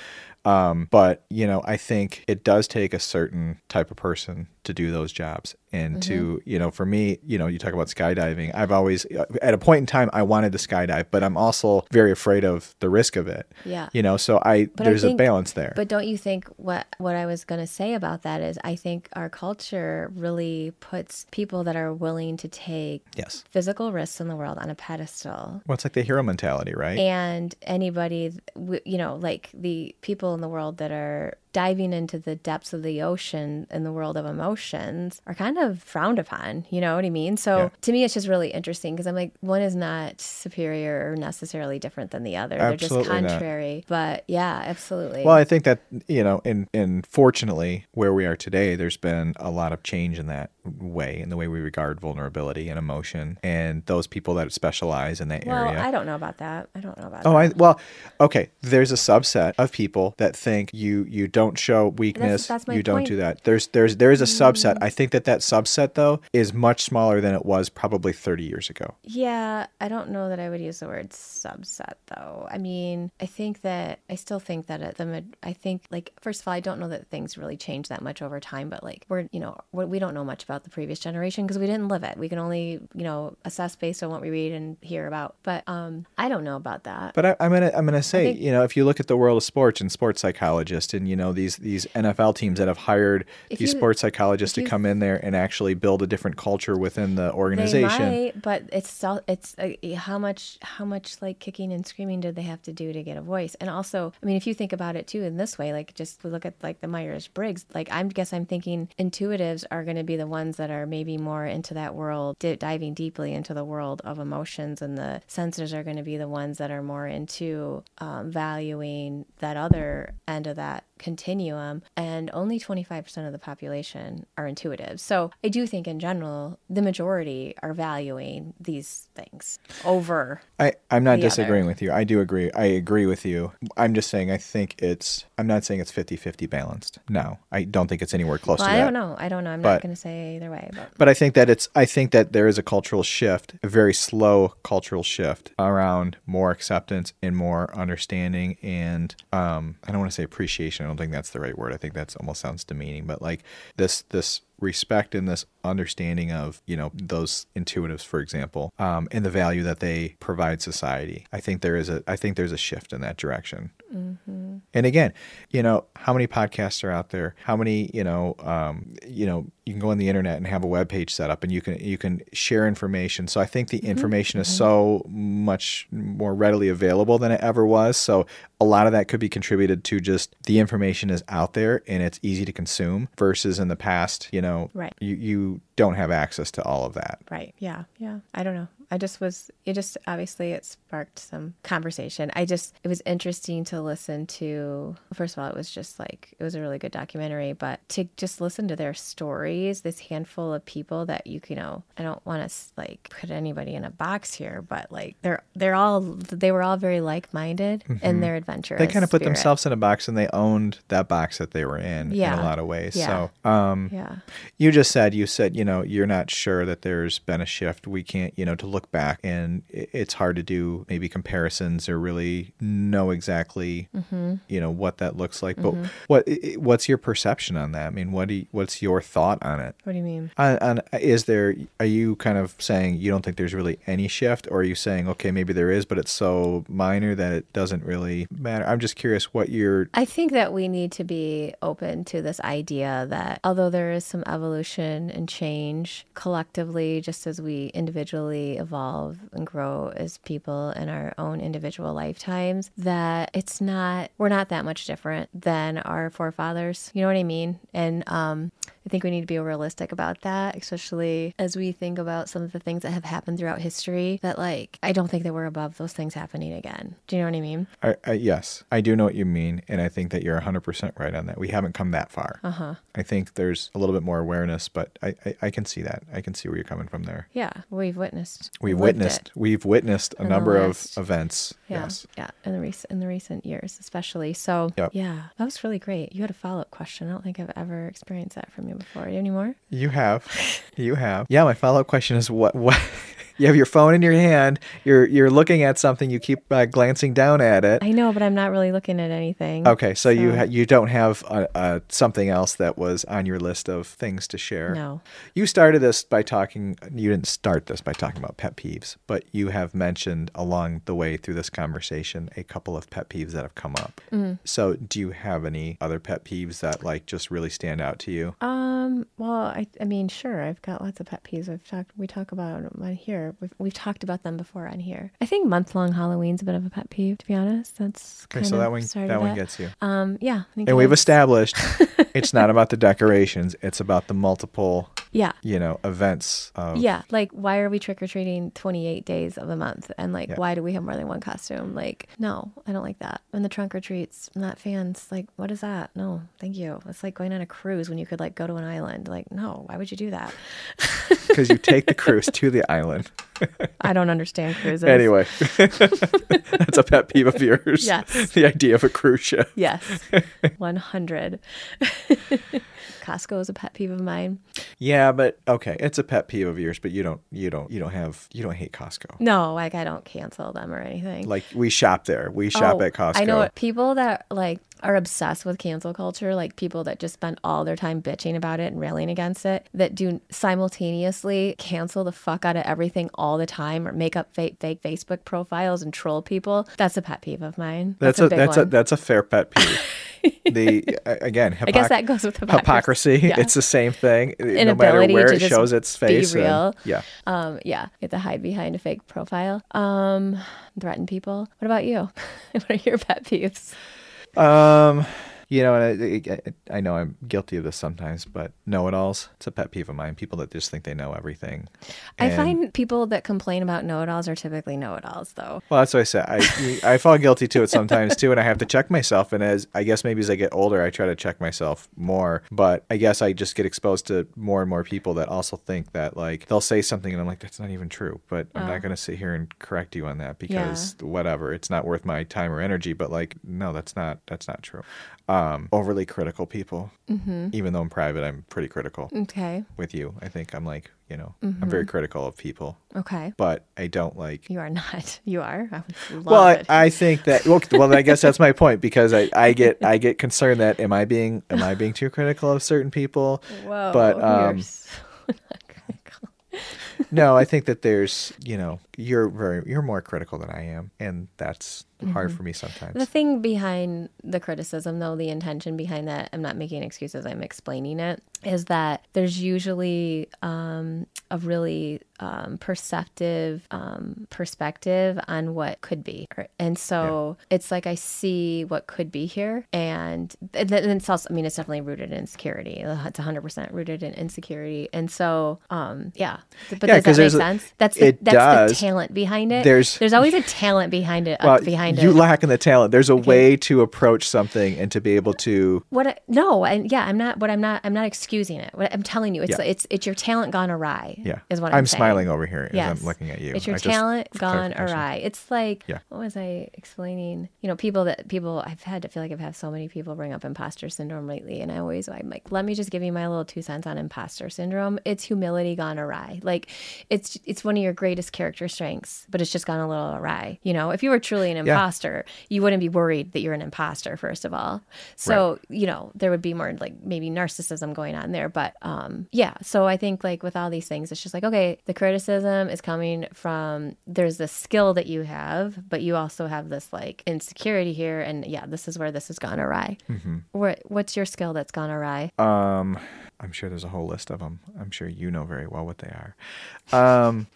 um, but you know, I think it does take a certain type of person to do those jobs. And to Mm-hmm. you know, for me, you know, you talk about skydiving. I've always, uh, at a point in time, I wanted to skydive, but I'm also very afraid of the risk of it. Yeah. You know, so I But I there's think- a balance there. But don't you think what what I was going to say about that is I think our culture really puts people that are willing to take yes. physical risks in the world on a pedestal. Well, it's like the hero mentality, right? And anybody, th- w- you know, like the people in the world that are diving into the depths of the ocean in the world of emotions are kind of frowned upon. You know what I mean? So Yeah. to me, it's just really interesting because I'm like, one is not superior or necessarily different than the other. They're Absolutely just not. contrary. But yeah, absolutely. Well, I think that you know, and and fortunately, where we are today, there's been a lot of change in that way, in the way we regard vulnerability and emotion, and those people that specialize in that well, area. I don't know about that. I don't know about Oh, that. I well, okay. There's a subset of people that think you you don't show weakness, that's my you don't point. Mm. do that. There's there's there is a subset. I think that that subset though is much smaller than it was probably 30 years ago. Yeah, I don't know that I would use the word subset though. I mean, I think that I still think that at the mid, I think like first of all, I don't know that things really change that much over time, but like we're you know we're, we don't know much about the previous generation because we didn't live it. We can only you know assess based on what we read and hear about. But um, I don't know about that. But I, I'm gonna I'm gonna say think- you know if you look at the world of sports and sports psychologists and you know these these NFL teams that have hired If these you- sports psychologists to you- come in there and actually build a different culture within the they organization. might, but it's still it's uh, how much how much like kicking and screaming did they have to do to get a voice? And also, I mean, if you think about it too in this way, like just we look at like the Myers Briggs, like I guess I'm thinking intuitives are going to be the ones that are maybe more into that world, di- diving deeply into the world of emotions, and the sensors are going to be the ones that are more into um, valuing that other end of that continuum and only 25% of the population are intuitive. So I do think in general, the majority are valuing these things over. I, I'm not the other. disagreeing with you. I do agree. I agree with you. I'm just saying I think it's I'm not saying it's 50-50 balanced. No. I don't think it's anywhere close Well, to I that. don't know. I don't know. I'm not But- going to say either way, but But I think that it's I think that there is a cultural shift, a very slow cultural shift around more acceptance and more understanding and um I don't want to say appreciation. I don't think that's the right word. I think that's almost sounds demeaning, but like this this respect and this understanding of you know those intuitives for example um, and the value that they provide society i think there is a i think there's a shift in that direction and again, you know, how many podcasts are out there? How many, you know, um, you know, you can go on the internet and have a web page set up, and you can you can share information. So I think Mm-hmm. the information is so much more readily available than it ever was. So a lot of that could be contributed to just the information is out there and it's easy to consume versus in the past, you know, Right. you you don't have access to all of that. right. Yeah. Yeah. I don't know. I just was, it just obviously it sparked some conversation. I just, it was interesting to listen to. First of all, it was just like, it was a really good documentary, but to just listen to their stories, this handful of people that you, you know, I don't want to like put anybody in a box here, but like they're, they're all, they were all very like minded in their adventurous. Mm-hmm. They kind of put spirit. themselves in a box and they owned that box that they were in in Yeah. a lot of ways. Yeah. So, um, Yeah. You just said you said you know you're not sure that there's been a shift. We can't you know to look back and i- it's hard to do maybe comparisons or really know exactly you know what that looks like. But what i- i- what's your perception on that? I mean, what do you, what's your thought on it. What do you mean? On, on, is there? Are you kind of saying you don't think there's really any shift, or are you saying okay, maybe there is, but it's so minor that it doesn't really matter? I'm just curious what your I think that we need to be open to this idea that although there is some evolution and change collectively, just as we individually evolve and grow as people in our own individual lifetimes, that it's not, we're not that much different than our forefathers. You know what I mean? And um, I think we need to be realistic about that, especially as we think about some of the things that have happened throughout history that, like, I don't think that we're above those things happening again. Do you know what I mean? I, I, yes, I do know what you mean, and I think that you're 100% right on that. We haven't come that far. Uh-huh. I think there's a little bit more awareness, but I, I, I can see that. I can see where you're coming from there. Yeah, we've witnessed. We've lived witnessed. it. We've witnessed a the number of last- events. Yeah, Yes. yeah, in the recent in the recent years, especially. So, Yep. yeah, that was really great. You had a follow up question. I don't think I've ever experienced that from you before. Any more? You have. You have. Yeah, my follow-up question is what what you have your phone in your hand, you're you're looking at something, you keep uh, glancing down at it. I know, but I'm not really looking at anything. Okay, so, you ha- you don't have uh uh something else that was on your list of things to share. No. You started this by talking. You didn't start this by talking about pet peeves, but you have mentioned along the way through this conversation a couple of pet peeves that have come up. Mm-hmm. So, do you have any other pet peeves that like just really stand out to you? Um. Well, I. I mean, sure. I've got lots of pet peeves. I've talked. We talk about 'em on here. We've, we've talked about them before on here. I think month long Halloween's a bit of a pet peeve, to be honest. That's Okay, kind so of that one started that one gets you. Um. Yeah. I And think it we've is. established it's not about the decorations; it's about the multiple, Yeah. you know, events. Of, Yeah, like why are we trick or treating 28 days of the month? And like, why do we have more than one costume? Like, no, I don't like that. And the trunk or treats, I'm not fans. Like, what is that? No, thank you. It's like going on a cruise when you could like go to an island. Like, no, why would you do that? because you take the cruise to the island. I don't understand cruises. Anyway, that's a pet peeve of yours. Yes. the idea of a cruise ship. Yes, 100. Costco is a pet peeve of mine. Yeah, but okay, it's a pet peeve of yours, but you don't, you don't, you don't have, you don't hate Costco. No, like I don't cancel them or anything. Like we shop there, we shop Oh, at Costco. I know it. people that like are obsessed with cancel culture, like people that just spend all their time bitching about it and railing against it, that do simultaneously cancel the fuck out of everything all the time or make up fake, fake Facebook profiles and troll people. That's a pet peeve of mine. That's, That's, a, big that's one. a that's a fair pet peeve. the a- again, hypocr- I guess that goes with hypocrisy. Yeah. It's the same thing. no matter Inability where to it just shows its be face. and- real. yeah. um, yeah, get to hide behind a fake profile. Um, threaten people. What about you? what are your pet peeves? Um, you know, and I, I, I know I'm guilty of this sometimes, but know-it-alls, it's a pet peeve of mine. People that just think they know everything. I And- find people that complain about know-it-alls are typically know-it-alls, though. Well, that's what I said. I I fall guilty to it sometimes too, and I have to check myself. And as I guess maybe as I get older, I try to check myself more. But I guess I just get exposed to more and more people that also think that like they'll say something, and I'm like, that's not even true. But I'm not going to sit here and correct you on that because whatever, it's not worth my time or energy. But like, no, that's not that's not true. Um, overly critical people, mm-hmm. even though in private, I'm pretty critical Okay. with you. I think I'm like, you know, I'm very critical of people, Okay. but I don't like You are not. You are. I would love well, I, it. I think that well, well, I guess that's my point because I, I get I get concerned that am I being am I being too critical of certain people? Whoa. but you're um, so not critical. no, I think that there's you know you're very you're more critical than I am, and that's hard for me sometimes. Mm-hmm. The thing behind the criticism, though, the intention behind that, I'm not making excuses, I'm explaining it, is that there's usually um, a really um, perceptive um, perspective on what could be. or- And so it's like I see what could be here. And, and then it's also, I mean, it's definitely rooted in insecurity. It's 100% rooted in insecurity. And so, um, yeah. But Yeah, 'cause does that make there's a- sense? That's the, it that's does. the talent behind it. There's- there's always a talent behind it. Well, up behind you it. lack in the talent. There's a way to approach something and to be able to what I, no and yeah i'm not what i'm not i'm not excusing it what i'm telling you it's Yeah. it's it's your talent gone awry yeah. is what I'm, i'm, smiling over here yeah as I'm looking at you. it's your I just- talent for gone clarification. awry it's like Yeah. what was i explaining you know people that people i've had to feel like i've had so many people bring up imposter syndrome lately and i always i'm like let me just give you my little two cents on imposter syndrome it's humility gone awry like it's it's one of your greatest character strengths, but it's just gone a little awry. You know, if you were truly an imposter, you wouldn't be worried that you're an imposter, first of all. So, you know, there would be more like maybe narcissism going on there. But um, yeah, so I think like with all these things, it's just like, okay, the criticism is coming from there's this skill that you have, but you also have this like insecurity here. And yeah, this is where this has gone awry. What, what's your skill that's gone awry? Um, I'm sure there's a whole list of them. I'm sure you know very well what they are. Um,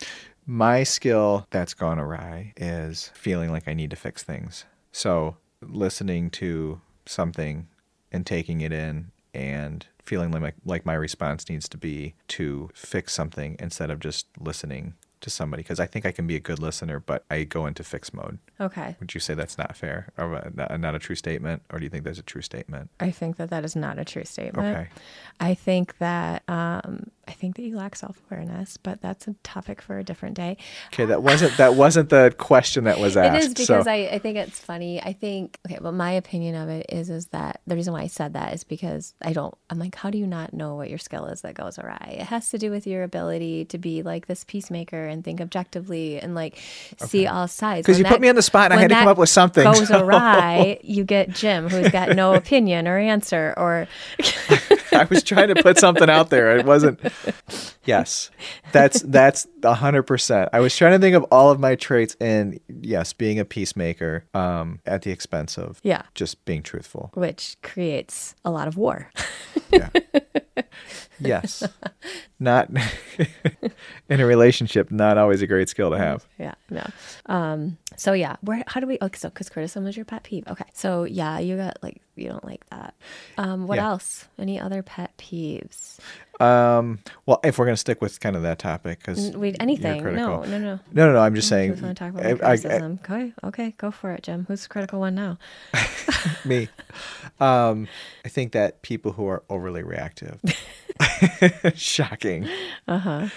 my skill that's gone awry is feeling like I need to fix things. So listening to something and taking it in and feeling like my, like my response needs to be to fix something instead of just listening to somebody because I think I can be a good listener, but I go into fix mode. Okay. Would you say that's not fair or uh, not- not a true statement, or do you think there's a true statement? I think that that is not a true statement. Okay. I think that um, I think that you lack self awareness, but that's a topic for a different day. Okay, that wasn't that wasn't the question that was asked. It is because so, I, I think it's funny. I think okay, but my opinion of it is is that the reason why I said that is because I don't I'm like, how do you not know what your skill is that goes awry? It has to do with your ability to be like this peacemaker and think objectively and like see all sides. 'Cause When you put me on the spot and I when had to come that up with something, Goes so- awry, you get Jim who's got no opinion or answer or I was trying to put something out there. It wasn't. Yes, that's that's a hundred percent. I was trying to think of all of my traits, and yes, being a peacemaker um, at the expense of Yeah. just being truthful. which creates a lot of war. Yes, not in a relationship. Not always a great skill to have. yeah no um so yeah where how do we okay so because criticism was your pet peeve okay so yeah you got like you don't like that um what Yeah. else any other pet peeves Um, well, if we're gonna stick with kind of that topic, because we anything no no no No, no, no. I'm just I saying. just want to talk about I- my I- criticism. okay, okay, um, go for it, Jim. Who's the critical one now? me. Um, I think that people who are overly reactive, shocking. Uh-huh.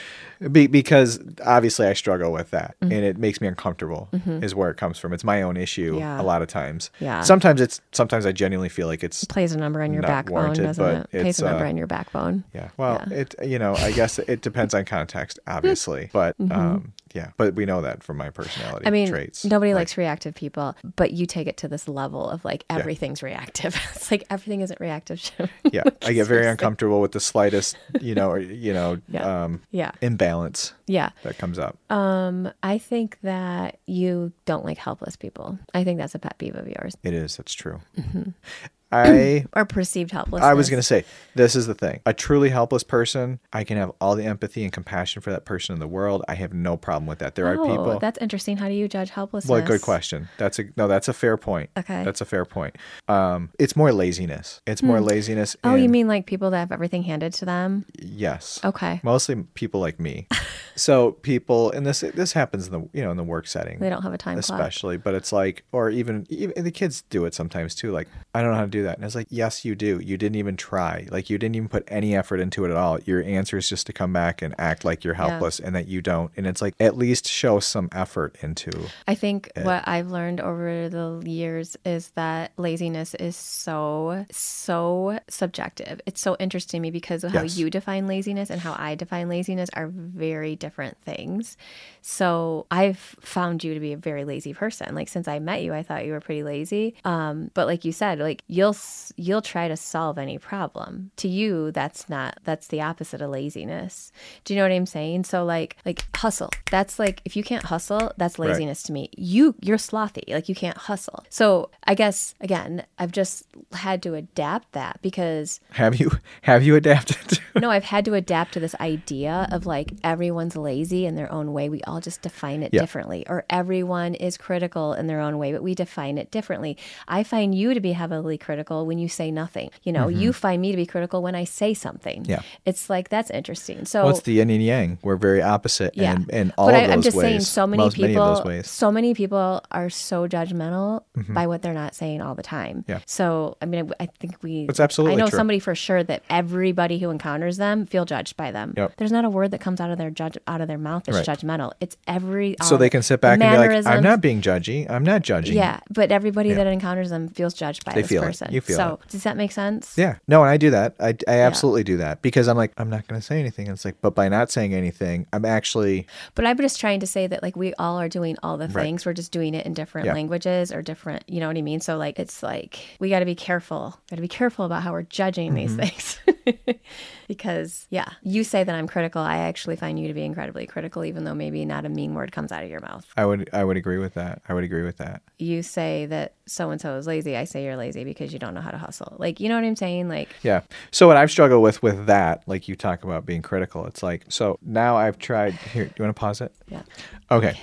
Be- because obviously I struggle with that, Mm-hmm. and it makes me uncomfortable. Is where it comes from. It's my own issue Yeah. a lot of times. Yeah. Sometimes it's sometimes I genuinely feel like it's Plays a number on your Not backbone, warranted, doesn't it? but Plays a it's, number uh, on your backbone. yeah. Well, it you know I guess it depends on context, obviously, but um, yeah. But we know that from my personality Mm-hmm. I mean, traits. nobody Like, likes reactive people, but you take it to this level of like everything's reactive. it's like everything isn't reactive. Jim. Yeah, I get very uncomfortable with the slightest, you know, or, you know, Yeah. um, yeah, imbalance yeah. that comes up. Um, I think that you don't like helpless people. I think that's a pet peeve of yours, It is. That's true. Mm-hmm. I or perceived helplessness. I was gonna say this is the thing. A truly helpless person, I can have all the empathy and compassion for that person in the world. I have no problem with that. There are Oh, people. that's interesting. How do you judge helplessness? well, good question. That's a no. That's a fair point. Okay. That's a fair point. Um, it's more laziness. It's more laziness. Oh, you and- mean Oh. like people that have everything handed to them? yes? Okay. Mostly people like me. so people, and this this happens in the you know in the work setting. They don't have a time clock. especially but it's like or even, even the kids do it sometimes too like i don't know how to do that and it's like yes you do you didn't even try like you didn't even put any effort into it at all your answer is just to come back and act like you're helpless and that you don't and it's like at least show some effort into I think what I've learned over the years is that laziness is so, so subjective. It's so interesting to me because of how Yes. you define laziness and how I define laziness are very different things. So I've found you to be a very lazy person. Like since I met you, I thought you were pretty lazy. Um, but like you said, like you'll s- you'll try to solve any problem. To you, that's not that's the opposite of laziness. Do you know what I'm saying? So like like hustle. That's like if you can't hustle, that's Right. laziness to me. You you're slothy. Like you can't hustle. So I guess again, I've just had to adapt that because have you have you adapted to no, I've had to adapt to this idea of like everyone's lazy in their own way. We all just define it Yeah. differently, or everyone is critical in their own way, but we define it differently. I find you to be heavily critical when you say nothing. You know, you find me to be critical when I say something. Mm-hmm. Yeah. it's like that's interesting. So what's the yin and yang we're very opposite yeah. and in all but of I, those I'm just ways saying, so many most people, many of those ways Mm-hmm. so many people are so judgmental by what they're not saying all the time. Yeah. So I mean, I, I think we. It's absolutely I know true. somebody for sure that everybody who encounters them feel judged by them. Yep. There's not a word that comes out of their judge out of their mouth that's Right. judgmental. It's every. so all they the can sit back and be like i'm mannerisms." not being judgy i'm not judging Yeah, but everybody that encounters them feels judged by They this feel it. person. person. You feel so does that make sense? Yeah. No, and I do that. I, I absolutely do that because I'm like, I'm not going to say anything. And it's like, but by not saying anything, I'm actually, But I'm just trying to say that like we all are doing all the Right. things. We're just doing it in different Yeah. languages or different, you know what I mean? So like it's like we got to be careful. Got to be careful about how we're judging these Mm-hmm. things. because yeah, you say that I'm critical. I actually find you to be incredibly critical even though maybe not a mean word comes out of your mouth. I would, I would agree with that. I would agree with that. You say that so and so is lazy. I say you're lazy because you don't know how to hustle. Like, you know what I'm saying? Like Yeah. So what I've struggled with with that, like you talk about being critical, it's like so now I've tried. Here, do you want to pause it? yeah. Okay.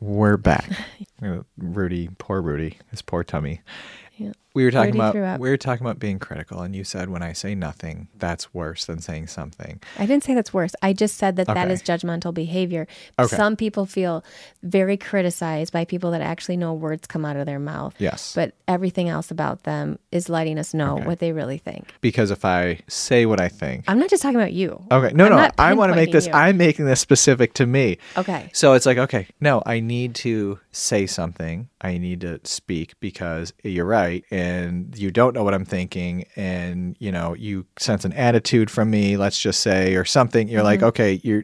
We're back. Uh, Rudy, poor Rudy, his poor tummy. Yeah. We were talking Rudy threw about up. we were talking about being critical, and you said when I say nothing, that's worse than saying something. I didn't say that's worse. I just said that that Okay. is judgmental behavior. Okay. Some people feel very criticized by people that actually know words come out of their mouth. Yes. But everything else about them is letting us know Okay. what they really think. Because if I say what I think, I'm not just talking about you. okay, no, no, I'm not I want to make pinpointing this. you. I'm making this specific to me. Okay. So it's like, okay, no, I need to say something. I need to speak because you're right and you don't know what I'm thinking and you know, you sense an attitude from me, let's just say or something. You're like, Mm-hmm. okay, you're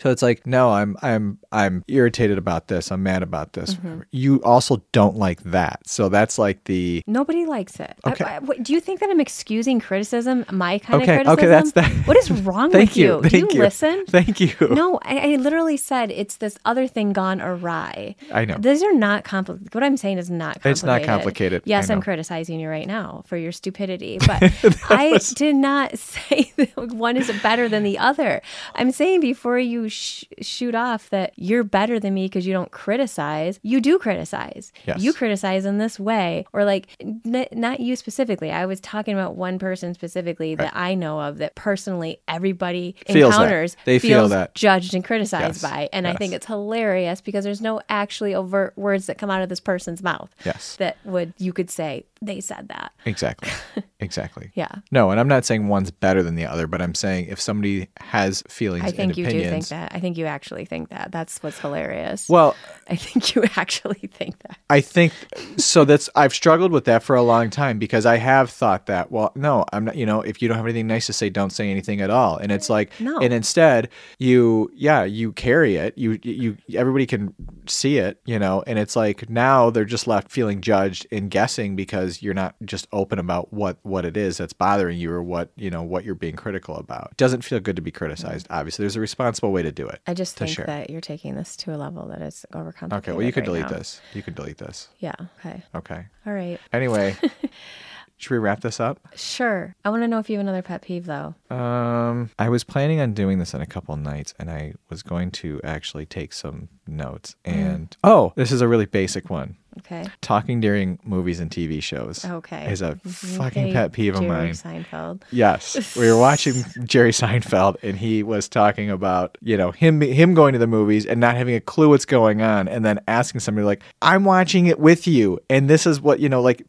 So it's like, no, I'm I'm I'm irritated about this. I'm mad about this. Mm-hmm. You also don't like that. So that's like the Nobody likes it. I- Okay. I- what- do you think that I'm excusing criticism, my kind Okay, of criticism? okay, that's that- What is wrong Thank with you? you. Oh. Do Thank you, listen? Thank you. No, I, I literally said it's this other thing gone awry. I know. These are not complicated. What I'm saying is not complicated. It's not complicated. Yes, I I'm know. criticizing you right now for your stupidity, but I did not say that one is better than the other. I'm saying before you sh- shoot off that you're better than me because you don't criticize. You do criticize. Yes. You criticize in this way, or like n- not you specifically. I was talking about one person specifically that I know of that personally everybody Feels that. encounters They feel feels that. judged and Yes. criticized by. And I think Yes. it's hilarious because there's no actually overt words that come out of this person's mouth Yes. that would you could say they said that. Exactly. Exactly. Yeah. No, and I'm not saying one's better than the other, but I'm saying if somebody has feelings I think and you opinions, do think that. I think you actually think that. That's what's hilarious. Well, I think you actually think that. I think so. That's I've struggled with that for a long time because I have thought that. Well, no, I'm not. You know, if you don't have anything nice to say, don't say anything at all. And it's like, No. And instead, you, yeah, you carry it. You, you, everybody can see it. You know, and it's like now they're just left feeling judged and guessing because you're not just open about what what it is that's bothering you or what you know what you're being critical about. It doesn't feel good to be criticized. Obviously, there's a responsible way to do it. I just think share. that you're taking this to a level that is overcomplicated. Okay. Well, you can right delete now. this. You can delete this. Yeah. Okay. Okay. All right. Anyway, should we wrap this up? Sure. I want to know if you have another pet peeve though. Um, I was planning on doing this in a couple nights, and I was going to actually take some notes. And oh, this is a really basic one. Okay. Talking during movies and TV shows. Okay. Mm-hmm. Is a Okay, fucking pet peeve of Jerry mine. Seinfeld. Yes, we were watching Jerry Seinfeld, and he was talking about you know him him going to the movies and not having a clue what's going on, and then asking somebody like, "I'm watching it with you, and this is what you know." Like,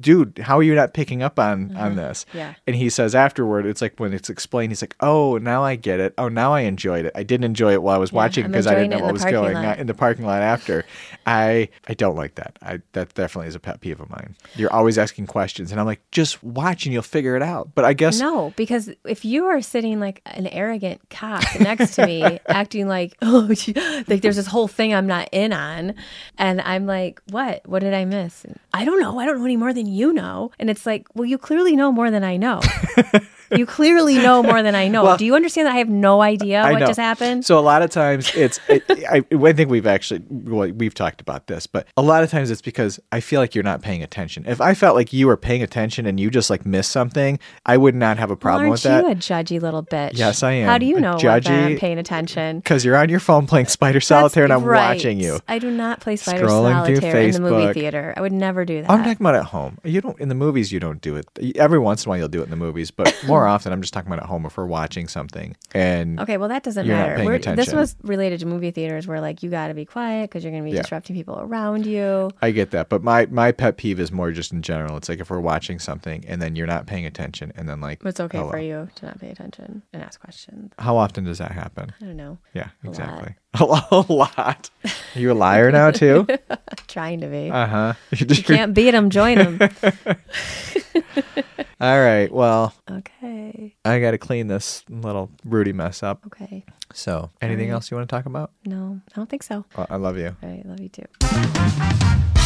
dude, how are you not picking up on on this? Mm-hmm. Yeah. And he says afterward, it's like when it's explained, he's like, "Oh, now I get it. Oh, now I enjoyed it. I didn't enjoy it while I was watching I'm because I enjoying didn't it know in what the was parking going lot." on in the parking lot after." I I don't like that. I that definitely is a pet peeve of mine. You're always asking questions, and I'm like, just watch and you'll figure it out. But I guess No, because if you are sitting like an arrogant cock next to me, acting like, oh, gee," like there's this whole thing I'm not in on. And I'm like, what? What did I miss? And, I don't know. I don't know any more than you know. And it's like, well, you clearly know more than I know. you clearly know more than I know. Do you understand that I have no idea I what know. just happened? So a lot of times it's I, I, I think we've actually well, we've talked about this, but a lot of times it's because I feel like you're not paying attention. If I felt like you were paying attention and you just like missed something, I would not have a problem Aren't with that. you a judgy little bitch? Yes, I How am. do you A know judgy, that I'm judgy- paying attention? because you're on your phone playing Spider That's Solitaire and I'm right. watching you. I do not play Spider Scrolling through Solitaire in the movie Facebook. theater. I would never do that. I'm talking about at home. You don't in the movies. You don't do it. Every once in a while, you'll do it in the movies, but more often, I'm just talking about at home if we're watching something. And Okay, well that doesn't You're not matter. paying We're, this attention. was related to movie theaters where like you got to be quiet because you're going to be Yeah. disrupting people around you. I get that, but my my pet peeve is more just in general. It's like if we're watching something and then you're not paying attention, and then like It's okay hello. for you to not pay attention and ask questions. How often does that happen? I don't know. Yeah, lot. exactly. A lot. Are you a liar now too? Trying to be. Uh huh. you can't beat them, join them. All right. Well, okay. I got to clean this little Rudy mess up. Okay. So, anything else you want to talk about? No, I don't think so. Well, I love you. All right. Love you too.